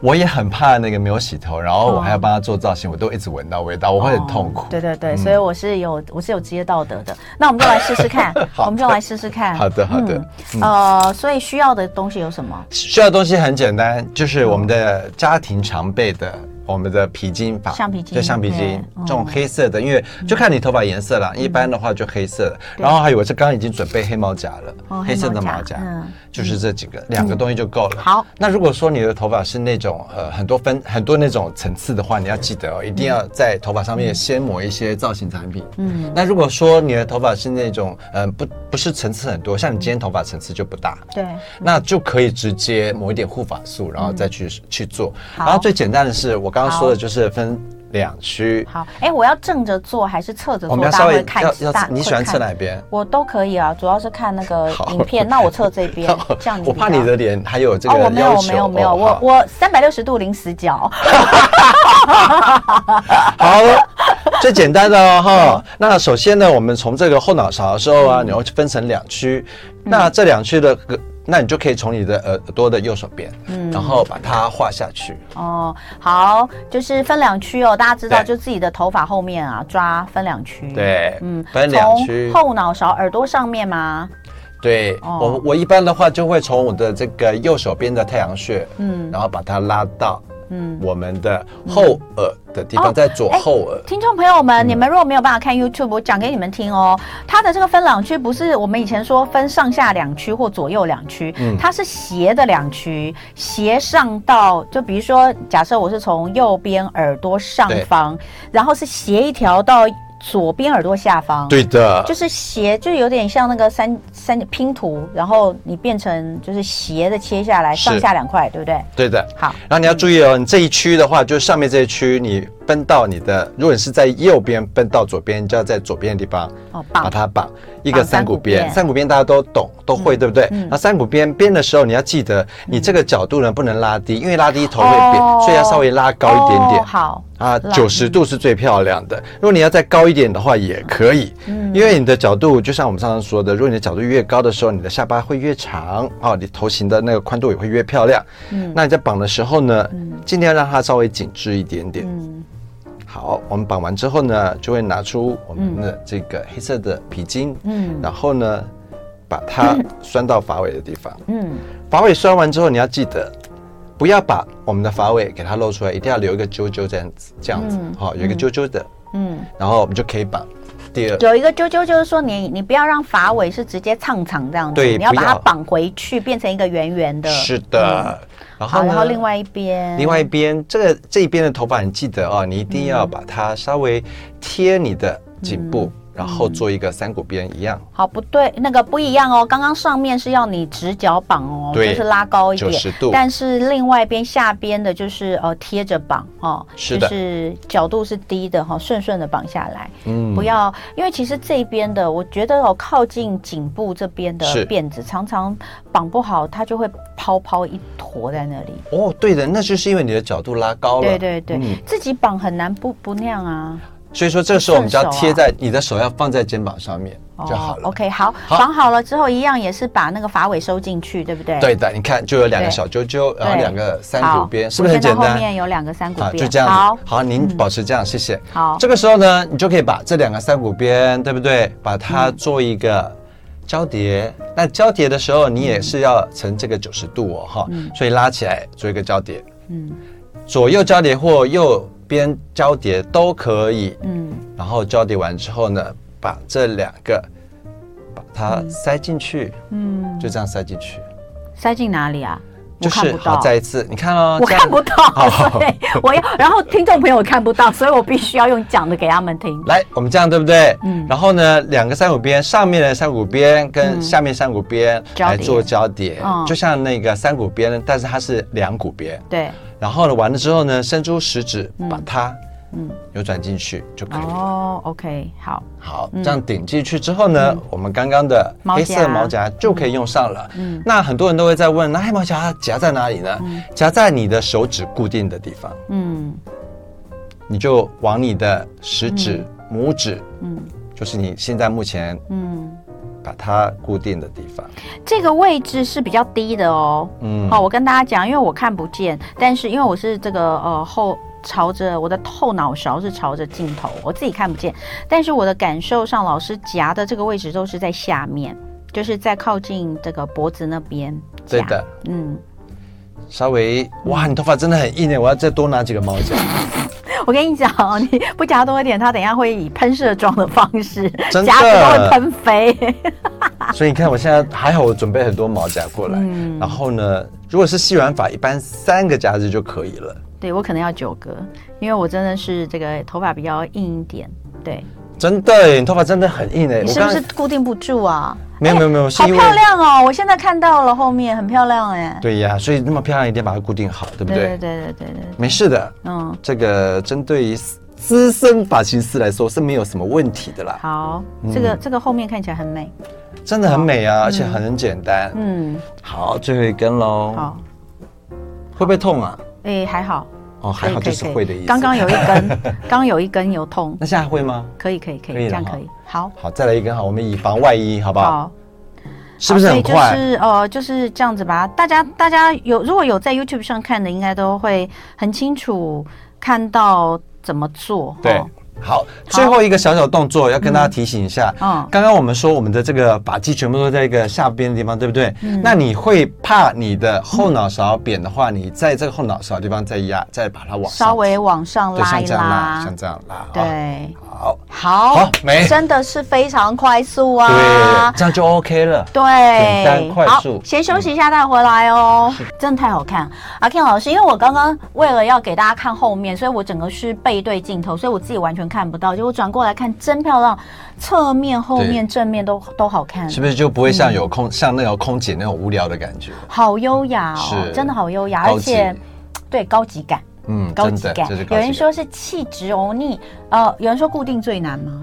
Speaker 2: 我也很怕那个没有洗头，然后我还要帮他做造型，我都一直闻到味道，我会很痛苦。嗯
Speaker 1: 对对对，所以我是有我是有职业道德的。那我们就来试试
Speaker 2: ，
Speaker 1: 看
Speaker 2: 好的
Speaker 1: 我们就来试试看。
Speaker 2: 好的好的
Speaker 1: 嗯呃，所以需要的东西有什么？
Speaker 2: 需要的东西很简单，就是我们的家庭常备的。我们的皮筋法，
Speaker 1: 橡皮筋
Speaker 2: 对橡皮
Speaker 1: 对
Speaker 2: 筋，
Speaker 1: 嗯
Speaker 2: 这种黑色的，因为就看你头发颜色啦，一般的话就黑色的。然后还有我是刚刚已经准备黑毛夹了，
Speaker 1: 嗯哦
Speaker 2: 黑色的
Speaker 1: 黑毛夹
Speaker 2: 毛夹，
Speaker 1: 嗯
Speaker 2: 就是这几个，两个东西就够了。
Speaker 1: 好，
Speaker 2: 那如果说你的头发是那种呃很多分很多那种层次的话，你要记得哦，一定要在头发上面先抹一些造型产品。嗯，那如果说你的头发是那种呃不不是层次很多，像你今天头发层次就不大，
Speaker 1: 对，
Speaker 2: 那就可以直接抹一点护发素，然后再去、去做。
Speaker 1: 嗯好
Speaker 2: 然后最简单的是我刚刚说的，就是分两区。
Speaker 1: 好，哎，我要正着做还是侧着
Speaker 2: 我
Speaker 1: 做？
Speaker 2: 们要
Speaker 1: 大
Speaker 2: 稍
Speaker 1: 家会
Speaker 2: 微
Speaker 1: 看
Speaker 2: 要要
Speaker 1: 大
Speaker 2: 你
Speaker 1: 会
Speaker 2: 喜欢
Speaker 1: 看
Speaker 2: 侧哪边？
Speaker 1: 我都可以啊，主要是看那个
Speaker 2: 好，
Speaker 1: 影片。那我侧这边这样子
Speaker 2: 我
Speaker 1: 比较
Speaker 2: 怕你的脸还有这
Speaker 1: 哦，
Speaker 2: 个
Speaker 1: 我没有，
Speaker 2: 要
Speaker 1: 我
Speaker 2: 求。哦
Speaker 1: 没有，没有，我我三百六十度零死角。
Speaker 2: 我 好了，最简单的哦哈。那首先呢，我们从这个后脑勺的时
Speaker 1: 嗯
Speaker 2: 候啊，你要分成两区。那这两区的个，那你就可以从你的耳耳朵的右手边，
Speaker 1: 嗯
Speaker 2: 然后把它画下去。
Speaker 1: 哦，好，就是分两区哦，大家知道，
Speaker 2: 对
Speaker 1: 就自己的头发后面啊，抓分两区。，嗯
Speaker 2: 对，分两区
Speaker 1: 从。后脑勺、耳朵上面吗？
Speaker 2: 对、
Speaker 1: 哦
Speaker 2: 我，我一般的话就会从我的这个右手边的太阳穴，嗯，然后把它拉到，嗯，我们的后耳的地方，
Speaker 1: 哦
Speaker 2: 在左后耳。
Speaker 1: 听众朋友们，
Speaker 2: 嗯
Speaker 1: 你们如果没有办法看 YouTube，我讲给你们听哦。它的这个分两区不是我们以前说分上下两区或左右两区，
Speaker 2: 嗯
Speaker 1: 它是斜的两区，斜上到就比如说，假设我是从右边耳朵上方，然后是斜一条到左边耳朵下方，
Speaker 2: 对的，
Speaker 1: 就是斜，就是有点像那个三三拼图，然后你变成就是斜的切下来，
Speaker 2: 是
Speaker 1: 上下两块，对不对？
Speaker 2: 对的。
Speaker 1: 好，
Speaker 2: 然后你要注意哦，你这一区的话，就是上面这一区，你奔到你的，如果你是在右边奔到左边，你就要在左边的地方
Speaker 1: 哦，
Speaker 2: 把
Speaker 1: 绑
Speaker 2: 它绑一个三股
Speaker 1: 三股边
Speaker 2: 边。
Speaker 1: 嗯
Speaker 2: 三股边大家都懂，都会，对不对？那三股边编的时候，你要记得你这个角度呢不能拉低，因为拉低头会扁，
Speaker 1: 哦
Speaker 2: 所以要稍微拉高一点点
Speaker 1: 哦。好，
Speaker 2: 啊，
Speaker 1: 拉
Speaker 2: 九十度是最漂亮的。如果你要再高一点的话，也可以，
Speaker 1: 嗯
Speaker 2: 因为你的角度就像我们上次说的，如果你的角度越高的时候，你的下巴会越长，哦，你头型的那个宽度也会越漂亮。
Speaker 1: 嗯
Speaker 2: 那你在绑的时候呢，尽量让它稍微紧致一点点。
Speaker 1: 嗯，
Speaker 2: 好，我们绑完之后呢，就会拿出我们的这个黑色的皮筋，
Speaker 1: 嗯
Speaker 2: 然后呢，把 它拴到发尾的地方。
Speaker 1: 嗯，
Speaker 2: 发尾拴完之后，你要记得不要把我们的发尾给它露出来，一定要留一个揪揪这样子，这样子，好、有一个揪揪的，
Speaker 1: 嗯，
Speaker 2: 然后我们就可以绑第二。
Speaker 1: 有一个啾啾就是说你你不要让发尾是直接唱长这样子，
Speaker 2: 对
Speaker 1: 你要把
Speaker 2: 不
Speaker 1: 它
Speaker 2: 要
Speaker 1: 绑回去，变成一个圆圆的。嗯
Speaker 2: 是的，然后
Speaker 1: 好，
Speaker 2: 呢
Speaker 1: 然后另外一边，
Speaker 2: 另外一边这个这一边的头发，你记得哦，你一定要
Speaker 1: 嗯
Speaker 2: 把它稍微贴你的颈部，然后做一个三股边一样。
Speaker 1: 好，不对，那个不一样哦。刚刚上面是要你直角绑哦，就
Speaker 2: 对
Speaker 1: 是拉高一点，
Speaker 2: 90度
Speaker 1: 但是另外一边下边的就是呃贴着绑哦，
Speaker 2: 是的
Speaker 1: 就是角度是低的哈、哦，顺顺的绑下来，
Speaker 2: 嗯
Speaker 1: 不要，因为其实这边的我觉得哦，靠近颈部这边的
Speaker 2: 是
Speaker 1: 辫子常常绑不好，它就会泡泡一坨在那里。
Speaker 2: 哦，对的，那就是因为你的角度拉高了。
Speaker 1: 对对对，
Speaker 2: 嗯
Speaker 1: 自己绑很难不不那样啊。
Speaker 2: 所以说这个时候我们就要
Speaker 1: 顺手啊
Speaker 2: 贴在你的手要放在肩膀上面就好了。
Speaker 1: 哦 OK，好，
Speaker 2: 好
Speaker 1: 绑好了之后，一样也是把那个发尾收进去，对不对？
Speaker 2: 对的，你看就有两个
Speaker 1: 哎对
Speaker 2: 小揪揪，然后
Speaker 1: 对
Speaker 2: 两个三
Speaker 1: 好，
Speaker 2: 股边，是不是很简
Speaker 1: 我现在
Speaker 2: 单
Speaker 1: 后？面有两个三股
Speaker 2: 啊，
Speaker 1: 边，
Speaker 2: 就这样
Speaker 1: 好嗯
Speaker 2: 子。，好，您保持这样，谢谢。
Speaker 1: 好
Speaker 2: 这个时候呢，你就可以把这两个三股边，对不对？把它做一个交叠。那交叠的时候，你也是要成这个九十度哦，哈，所以拉起来做一个交叠，
Speaker 1: 嗯
Speaker 2: 左右交叠或右边交叠都可以。
Speaker 1: 嗯
Speaker 2: 然后交叠完之后呢，把这两个把它塞进去，
Speaker 1: 嗯，
Speaker 2: 就这样塞进去。
Speaker 1: 塞进哪里啊？我
Speaker 2: 就
Speaker 1: 看
Speaker 2: 是
Speaker 1: 不
Speaker 2: 好，
Speaker 1: 到。
Speaker 2: 再一次，你看 哦，
Speaker 1: 我
Speaker 2: 这样
Speaker 1: 看不到，
Speaker 2: 好
Speaker 1: 对，我要，然后听众朋友看不到，所以我必须要用讲的给他们听。
Speaker 2: 来，我们这样对不对？
Speaker 1: 嗯
Speaker 2: 然后呢，两个三股边，上面的三股边跟
Speaker 1: 嗯
Speaker 2: 下面三股边
Speaker 1: 交叠
Speaker 2: 来做交叠，
Speaker 1: 嗯
Speaker 2: 就像那个三股边，但是它是两股边。
Speaker 1: 对，
Speaker 2: 然后呢，完了之后呢，伸出食指把它
Speaker 1: 嗯，
Speaker 2: 扭转进去就可以了。
Speaker 1: 哦，OK，好，
Speaker 2: 好，这样顶进去之后呢，我们刚刚的
Speaker 1: 嗯毛
Speaker 2: 黑色
Speaker 1: 夹
Speaker 2: 毛夹就可以用上了。
Speaker 1: 嗯
Speaker 2: 那很多人都会在问，那黑毛夹夹在哪里呢？夹在你的手指固定的地方，
Speaker 1: 嗯
Speaker 2: 你就往你的食指、拇指，
Speaker 1: 嗯
Speaker 2: 就是你现在目前
Speaker 1: 嗯，
Speaker 2: 把它固定的地方。
Speaker 1: 这个位置是比较低的哦。
Speaker 2: 嗯，
Speaker 1: 好，我跟大家讲，因为我看不见，但是因为我是这个呃后朝着我的后脑勺是朝着镜头，我自己看不见，但是我的感受上，老师夹的这个位置都是在下面，就是在靠近这个脖子那 边。
Speaker 2: 对的，
Speaker 1: 嗯，
Speaker 2: 稍微哇，你头发真的很硬耶，我要再多拿几个毛 夹，
Speaker 1: 我跟你讲哦，你不夹多一点，它等一下会以喷射状的方式，
Speaker 2: 真的
Speaker 1: 夹子都会喷飞。
Speaker 2: 所以你看我现在还好，我准备很多毛夹过来。
Speaker 1: 嗯
Speaker 2: 然后呢，如果是细软发，一般三个夹子就可以了。
Speaker 1: 对我可能要九个，因为我真的是这个头发比较硬一点。对，
Speaker 2: 真的耶，你头发真的很硬哎，
Speaker 1: 你
Speaker 2: 我
Speaker 1: 是不
Speaker 2: 刚
Speaker 1: 是固定不住啊？
Speaker 2: 没有没有没有，是
Speaker 1: 好
Speaker 2: 因为
Speaker 1: 漂亮哦！我现在看到了后面很漂亮哎。
Speaker 2: 对呀，所以那么漂亮一定要把它固定好，对不
Speaker 1: 对对对
Speaker 2: 对？
Speaker 1: 对对对，
Speaker 2: 没事的，
Speaker 1: 嗯，
Speaker 2: 这个针对于资资深发型师来说是没有什么问题的啦，
Speaker 1: 好，
Speaker 2: 嗯
Speaker 1: 这个这个后面看起来很美，
Speaker 2: 真的很美啊，而且很简单。
Speaker 1: 嗯，
Speaker 2: 好，最后一根喽，
Speaker 1: 好，
Speaker 2: 会不会痛啊？
Speaker 1: 诶，还好，
Speaker 2: 哦，还好
Speaker 1: 可
Speaker 2: 就
Speaker 1: 以
Speaker 2: 是
Speaker 1: 可以
Speaker 2: 会的意思。
Speaker 1: 刚刚有一根， 刚刚有一根有痛，
Speaker 2: 那现在会吗？
Speaker 1: 可以可以可以，
Speaker 2: 可以了
Speaker 1: 这样
Speaker 2: 哈
Speaker 1: 可以，好，
Speaker 2: 好，再来一根好，我们以防万一，好不好？
Speaker 1: 好。
Speaker 2: 是不是很
Speaker 1: 好所以
Speaker 2: 快？
Speaker 1: 就是呃，就是这样子吧。大家大家有如果有在 YouTube 上看的，应该都会很清楚看到怎么做。
Speaker 2: 对
Speaker 1: 哦，
Speaker 2: 好，最后一个小小动作要跟大家提醒一下。
Speaker 1: 嗯
Speaker 2: 刚刚我们说我们的这个把肌全部都在一个下边的地方，对不对？
Speaker 1: 嗯
Speaker 2: 那你会怕你的后脑勺扁的话，你在这个后脑勺的地方再压，再把它往上
Speaker 1: 稍微往上
Speaker 2: 对，
Speaker 1: 拉
Speaker 2: 像
Speaker 1: 一
Speaker 2: 这样拉，
Speaker 1: 拉
Speaker 2: 像，这样拉。啊，
Speaker 1: 对，
Speaker 2: 好，
Speaker 1: 好，
Speaker 2: 好没
Speaker 1: 真的是非常快速啊
Speaker 2: 对，。这样就 OK 了。
Speaker 1: 对，
Speaker 2: 简单快
Speaker 1: 好
Speaker 2: 速嗯
Speaker 1: 先休息一下，再回来哦。真的太好看，阿 Ken 老师，因为我刚刚为了要给大家看后面，所以我整个是背对镜头，所以我自己完全人看不到，结果转过来看真漂亮，侧面、后面、正面都都好看，
Speaker 2: 是不是就不会
Speaker 1: 嗯
Speaker 2: 像有空、像那种空姐那种无聊的感觉？
Speaker 1: 好优雅哦，
Speaker 2: 是
Speaker 1: 真的好优雅，
Speaker 2: 高
Speaker 1: 而且
Speaker 2: 级
Speaker 1: 对高级感，
Speaker 2: 嗯，
Speaker 1: 高
Speaker 2: 真
Speaker 1: 级
Speaker 2: 的，
Speaker 1: 感
Speaker 2: 这是。高级
Speaker 1: 有
Speaker 2: 感
Speaker 1: 人说是气质油腻，呃，有人说固定最难吗？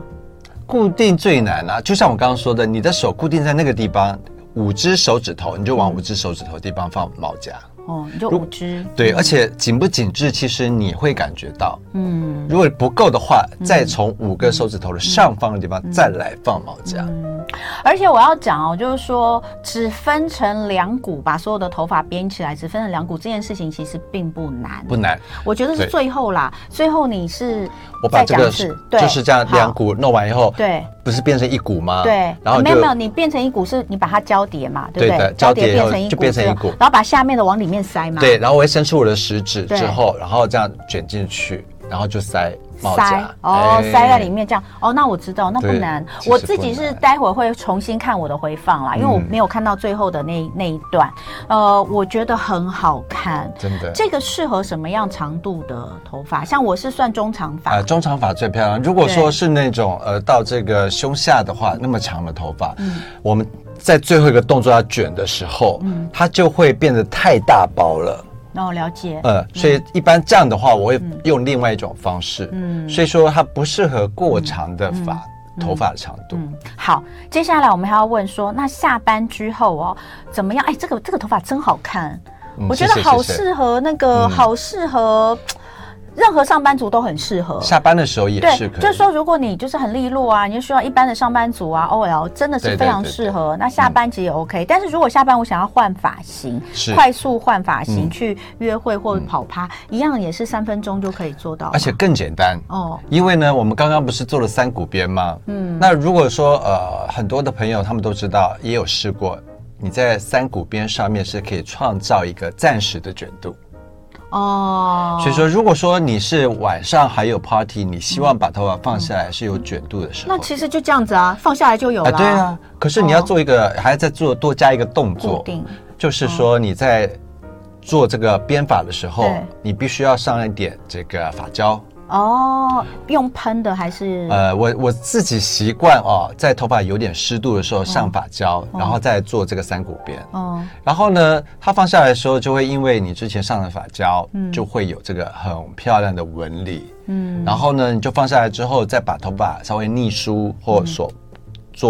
Speaker 2: 固定最难啊，就像我刚刚说的，你的手固定在那个地方，五只手指头，你就往五只手指头的地方放毛夹。
Speaker 1: 哦，你就
Speaker 2: 如
Speaker 1: 五支，
Speaker 2: 对，而且紧不紧致，其实你会感觉到。
Speaker 1: 嗯
Speaker 2: 如果不够的话，再从五个手指头的上方的地方再来放毛夹。
Speaker 1: 嗯，而且我要讲哦，就是说只分成两股，把所有的头发编起来，只分成两股这件事情其实并不难，
Speaker 2: 不难，
Speaker 1: 我觉得是
Speaker 2: 对
Speaker 1: 最后啦，最后你是
Speaker 2: 我把
Speaker 1: 再
Speaker 2: 这
Speaker 1: 讲
Speaker 2: 个
Speaker 1: 一次对
Speaker 2: 就是这样
Speaker 1: 好
Speaker 2: 两股弄完以后，
Speaker 1: 对。
Speaker 2: 不是变成一股吗？
Speaker 1: 对，啊
Speaker 2: 然后
Speaker 1: 没有
Speaker 2: 就
Speaker 1: 没有，你变成一股是你把它交叠嘛，对不
Speaker 2: 对
Speaker 1: 对
Speaker 2: 的？
Speaker 1: 交
Speaker 2: 交叠以
Speaker 1: 变
Speaker 2: 后
Speaker 1: 成一股之
Speaker 2: 就
Speaker 1: 后，
Speaker 2: 变成一股
Speaker 1: 然后把下面的往里面塞嘛。
Speaker 2: 对，，然后我会伸出我的食指
Speaker 1: 对
Speaker 2: 之后，然后这样卷进去，然后就塞毛
Speaker 1: 塞
Speaker 2: 夹。
Speaker 1: 哦，
Speaker 2: 哎
Speaker 1: 塞在里。面这样哦，那我知道，那不
Speaker 2: 对
Speaker 1: 难。
Speaker 2: 其实
Speaker 1: 我自己
Speaker 2: 不
Speaker 1: 是
Speaker 2: 难
Speaker 1: 待会儿会重新看我的回放啦，因为我
Speaker 2: 嗯
Speaker 1: 没有看到最后的那那一段，呃，我觉得很好看。
Speaker 2: 真的，
Speaker 1: 这个适合什么样长度的头发？像我是算中长发
Speaker 2: 呃，，中长发最漂亮。如果
Speaker 1: 对
Speaker 2: 说是那种呃到这个胸下的话，那么长的头发，
Speaker 1: 嗯
Speaker 2: 我们在最后一个动作要卷的时候，
Speaker 1: 嗯
Speaker 2: 它就会变得太大包了。
Speaker 1: 那我哦了解。
Speaker 2: 呃，所以一般这样的话，我会用另外一种方式。
Speaker 1: 嗯
Speaker 2: 所以说它不适合过长的发、头发的长度。
Speaker 1: 嗯，好，接下来我们还要问说，那下班之后哦，怎么样？哎，这个这个头发真好看，
Speaker 2: 嗯
Speaker 1: 我觉
Speaker 2: 谢
Speaker 1: 得
Speaker 2: 谢
Speaker 1: 好
Speaker 2: 谢谢
Speaker 1: 适合那个，
Speaker 2: 嗯
Speaker 1: 好适合任何上班族都很适合。
Speaker 2: 下班的时候也
Speaker 1: 对
Speaker 2: 是，可以。
Speaker 1: 就是说，如果你就是很利落啊，你就需要一般的上班族啊，OL 真的是
Speaker 2: 对对
Speaker 1: 非常
Speaker 2: 对对嗯
Speaker 1: 适合。那下班其实也 OK，、但是如果下班我想要换发型，
Speaker 2: 是
Speaker 1: 快速换发型、
Speaker 2: 嗯
Speaker 1: 去约会或跑趴，一样也是三分钟就可以做到嘛。
Speaker 2: 而且更简单。
Speaker 1: 哦，
Speaker 2: 因为呢，我们刚刚不是做了三股编吗？嗯，那如果说呃，很多的朋友他们都知道，也有试过，你在三股边上面是可以创造一个暂时的卷度。
Speaker 1: 哦，
Speaker 2: 所以说，如果说你是晚上还有 party，你希望把头发放下来是有卷度的时候，
Speaker 1: 那其实就这样子啊，放下来就有
Speaker 2: 啊，
Speaker 1: 了。
Speaker 2: 对啊。可是你要做一个，还要再做多加一个动
Speaker 1: 固
Speaker 2: 作，
Speaker 1: 定。
Speaker 2: 就是说你在做这个编法的时候
Speaker 1: 哦对，
Speaker 2: 你必须要上一点这个发胶。
Speaker 1: 哦，用喷的还是？
Speaker 2: 呃，我我自己习惯哦，在头发有点湿度的时候
Speaker 1: 嗯
Speaker 2: 上发胶，然后再做这个三股辫。
Speaker 1: 哦，
Speaker 2: 然后呢，它放下来的时候，就会因为你之前上的发胶，就会有这个很漂亮的纹理。
Speaker 1: 嗯，
Speaker 2: 然后呢，你就放下来之后，再把头发稍微逆梳或手抓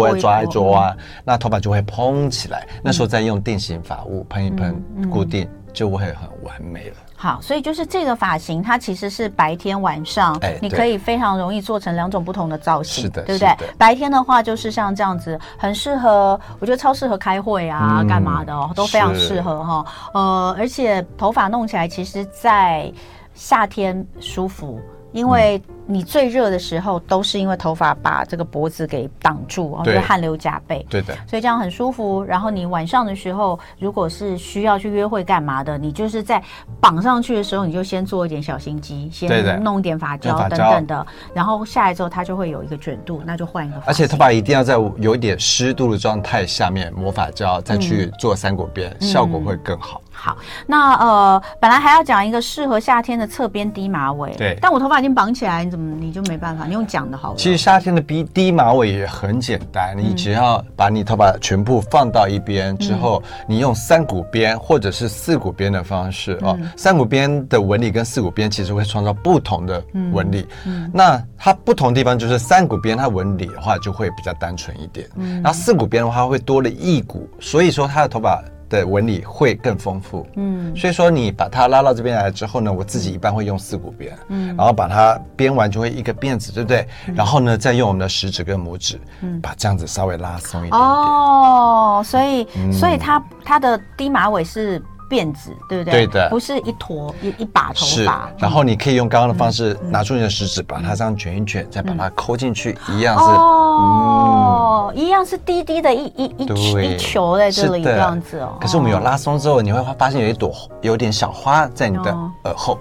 Speaker 1: 嗯搓一嗯
Speaker 2: 抓一
Speaker 1: 搓
Speaker 2: 抓啊，那头发就会蓬起来。那时候再用定型发物喷一喷，
Speaker 1: 嗯
Speaker 2: 固定就会很完美了。
Speaker 1: 好，所以就是这个发型，它其实是白天晚上
Speaker 2: 哎，
Speaker 1: 你
Speaker 2: 对
Speaker 1: 可以非常容易做成两种不同的造型，
Speaker 2: 是的
Speaker 1: 对不
Speaker 2: 是
Speaker 1: 对
Speaker 2: 的？
Speaker 1: 白天的话，就是像这样子，很适合，我觉得超适合开会啊，
Speaker 2: 嗯
Speaker 1: 干嘛的哦，都非常
Speaker 2: 是
Speaker 1: 适合哈、呃，而且头发弄起来，其实在夏天舒服，因为。
Speaker 2: 嗯
Speaker 1: 你最热的时候，都是因为头发把这个脖子给挡住，然后就
Speaker 2: 对
Speaker 1: 汗流浃背。
Speaker 2: 对的，
Speaker 1: 所以这样很舒服。然后你晚上的时候，如果是需要去约会干嘛的，你就是在绑上去的时候，你就先做一点小心机，
Speaker 2: 对的
Speaker 1: 先弄一点发胶
Speaker 2: 用发
Speaker 1: 等
Speaker 2: 胶
Speaker 1: 等的，然后下来之后它就会有一个卷度，那就换一个发
Speaker 2: 而
Speaker 1: 型。
Speaker 2: 且头发一定要在有一点湿度的状态下面抹发胶，再去做三股辫，效果会更好。
Speaker 1: 好，那呃，本来还要讲一个适合夏天的侧边低马尾，
Speaker 2: 对
Speaker 1: 但我头发已经绑起来，你怎么你就没办法？你用讲的好了。
Speaker 2: 其实夏天的低低马尾也很简单，你只要把你头发全部放到一边之后，你用三股编或者是四股编的方式哦，三股编的纹理跟四股编其实会创造不同的纹理。那它不同的地方就是三股编它纹理的话就会比较单纯一点，然后四股编的话会多了一股，所以说它的头发。的纹理会更丰富，
Speaker 1: 嗯
Speaker 2: 所以说你把它拉到这边来之后呢，我自己一般会用四股编，
Speaker 1: 嗯
Speaker 2: 嗯，然后把它编完就会一个辫子，对不对？然后呢，再用我们的食指跟拇指，把这样子稍微拉松一点点。
Speaker 1: 嗯哦，所以、
Speaker 2: 嗯
Speaker 1: 所以它它的低马尾是辫子，对不对？
Speaker 2: 对的
Speaker 1: 不是一坨一一把头
Speaker 2: 是
Speaker 1: 发。，嗯
Speaker 2: 然后你可以用刚刚的方式拿出你的食指，把它这样卷一卷，再把它抠进去，一样是，
Speaker 1: 嗯
Speaker 2: 嗯
Speaker 1: 哦，一样是低低的一一一球
Speaker 2: 对，
Speaker 1: 一球在这里
Speaker 2: 是
Speaker 1: 这
Speaker 2: 的
Speaker 1: 样子哦。
Speaker 2: 嗯可是我们有拉松之后，你会发现有一朵有点小花在你的
Speaker 1: 哦
Speaker 2: 耳后，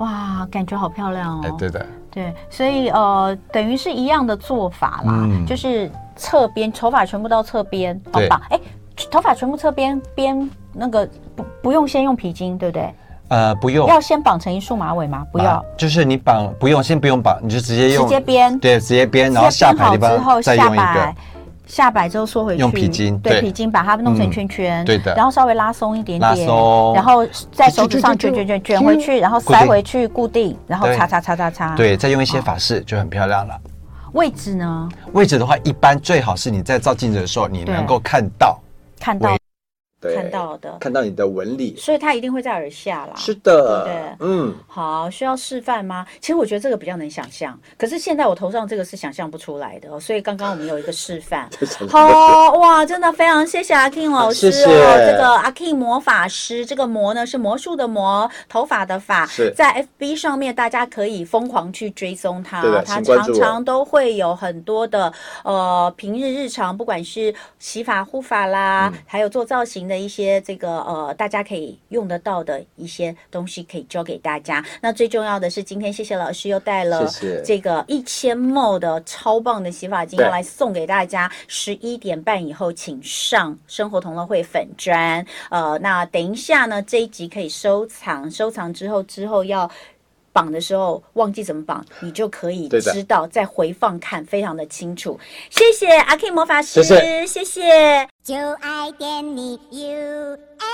Speaker 1: 哇，感觉好漂亮哦。
Speaker 2: 哎，对的，
Speaker 1: 对所以呃，等于是一样的做法啦，
Speaker 2: 嗯
Speaker 1: 就是侧边头发全部到侧边，哦好
Speaker 2: 对
Speaker 1: 吧？哎，头发全部侧边边那个不不用先用皮筋，对不对？
Speaker 2: 呃，不用，
Speaker 1: 要先绑成一束马尾吗？不要
Speaker 2: 啊，就是你绑不用，先不用绑，你就直接用
Speaker 1: 直接编
Speaker 2: 对，直接编，然后
Speaker 1: 直接
Speaker 2: 下
Speaker 1: 编
Speaker 2: 摆
Speaker 1: 好
Speaker 2: 地
Speaker 1: 之后
Speaker 2: 方再
Speaker 1: 下
Speaker 2: 用一个
Speaker 1: 摆，。下摆之后缩回去，
Speaker 2: 用皮筋
Speaker 1: 对
Speaker 2: 对
Speaker 1: 皮筋把它弄成
Speaker 2: 嗯
Speaker 1: 圈圈，
Speaker 2: 对的
Speaker 1: 然后稍微拉松一点点，
Speaker 2: 拉松
Speaker 1: 然后在手指上
Speaker 2: 就
Speaker 1: 卷
Speaker 2: 就
Speaker 1: 卷
Speaker 2: 就
Speaker 1: 卷卷回去，然后
Speaker 2: 固
Speaker 1: 塞
Speaker 2: 定
Speaker 1: 回去固定，然后
Speaker 2: 对
Speaker 1: 擦擦擦擦擦。，
Speaker 2: 对，再用一些法式就很漂亮了。
Speaker 1: 位置呢？
Speaker 2: 位置的话，一般最好是你在照镜子的时候，你
Speaker 1: 对
Speaker 2: 能够看到，
Speaker 1: 看到
Speaker 2: 对
Speaker 1: 看到的，
Speaker 2: 看到你的纹理。
Speaker 1: 所以它一定会在耳下啦。
Speaker 2: 是
Speaker 1: 对
Speaker 2: 的，嗯，
Speaker 1: 好，需要示范吗？其实我觉得这个比较能想象，可是现在我头上这个是想象不出来的、哦，所以刚刚我们有一个示范。 好、啊哇，真的非常谢谢阿 King 老师哦，
Speaker 2: 啊谢谢
Speaker 1: 这个阿 King 魔法师，这个魔呢是魔术的魔，头发的发
Speaker 2: 是，
Speaker 1: 在 FB 上面大家可以疯狂去追踪他
Speaker 2: 对，的
Speaker 1: 他
Speaker 2: 请关
Speaker 1: 常
Speaker 2: 注我
Speaker 1: 常都会有很多的呃平日日常，不管是洗发护发啦，
Speaker 2: 嗯
Speaker 1: 还有做造型的一些这个呃大家可以用得到的一些东西可以教给大家。那最重要的是，今天谢谢老师又带了
Speaker 2: 谢谢
Speaker 1: 这个一千梦的超棒的洗发精
Speaker 2: 对
Speaker 1: 要来送给大家。十一点半以后，请上生活同乐会粉砖。呃，那等一下呢，这一集可以收藏，收藏之后之后要。绑的时候忘记怎么绑，你就可以
Speaker 2: 对的
Speaker 1: 知道，再回放看非常的清楚。谢谢阿 K 魔法师，
Speaker 2: 谢
Speaker 1: 谢
Speaker 2: 谢
Speaker 1: 谢
Speaker 3: 就爱点你 UFO。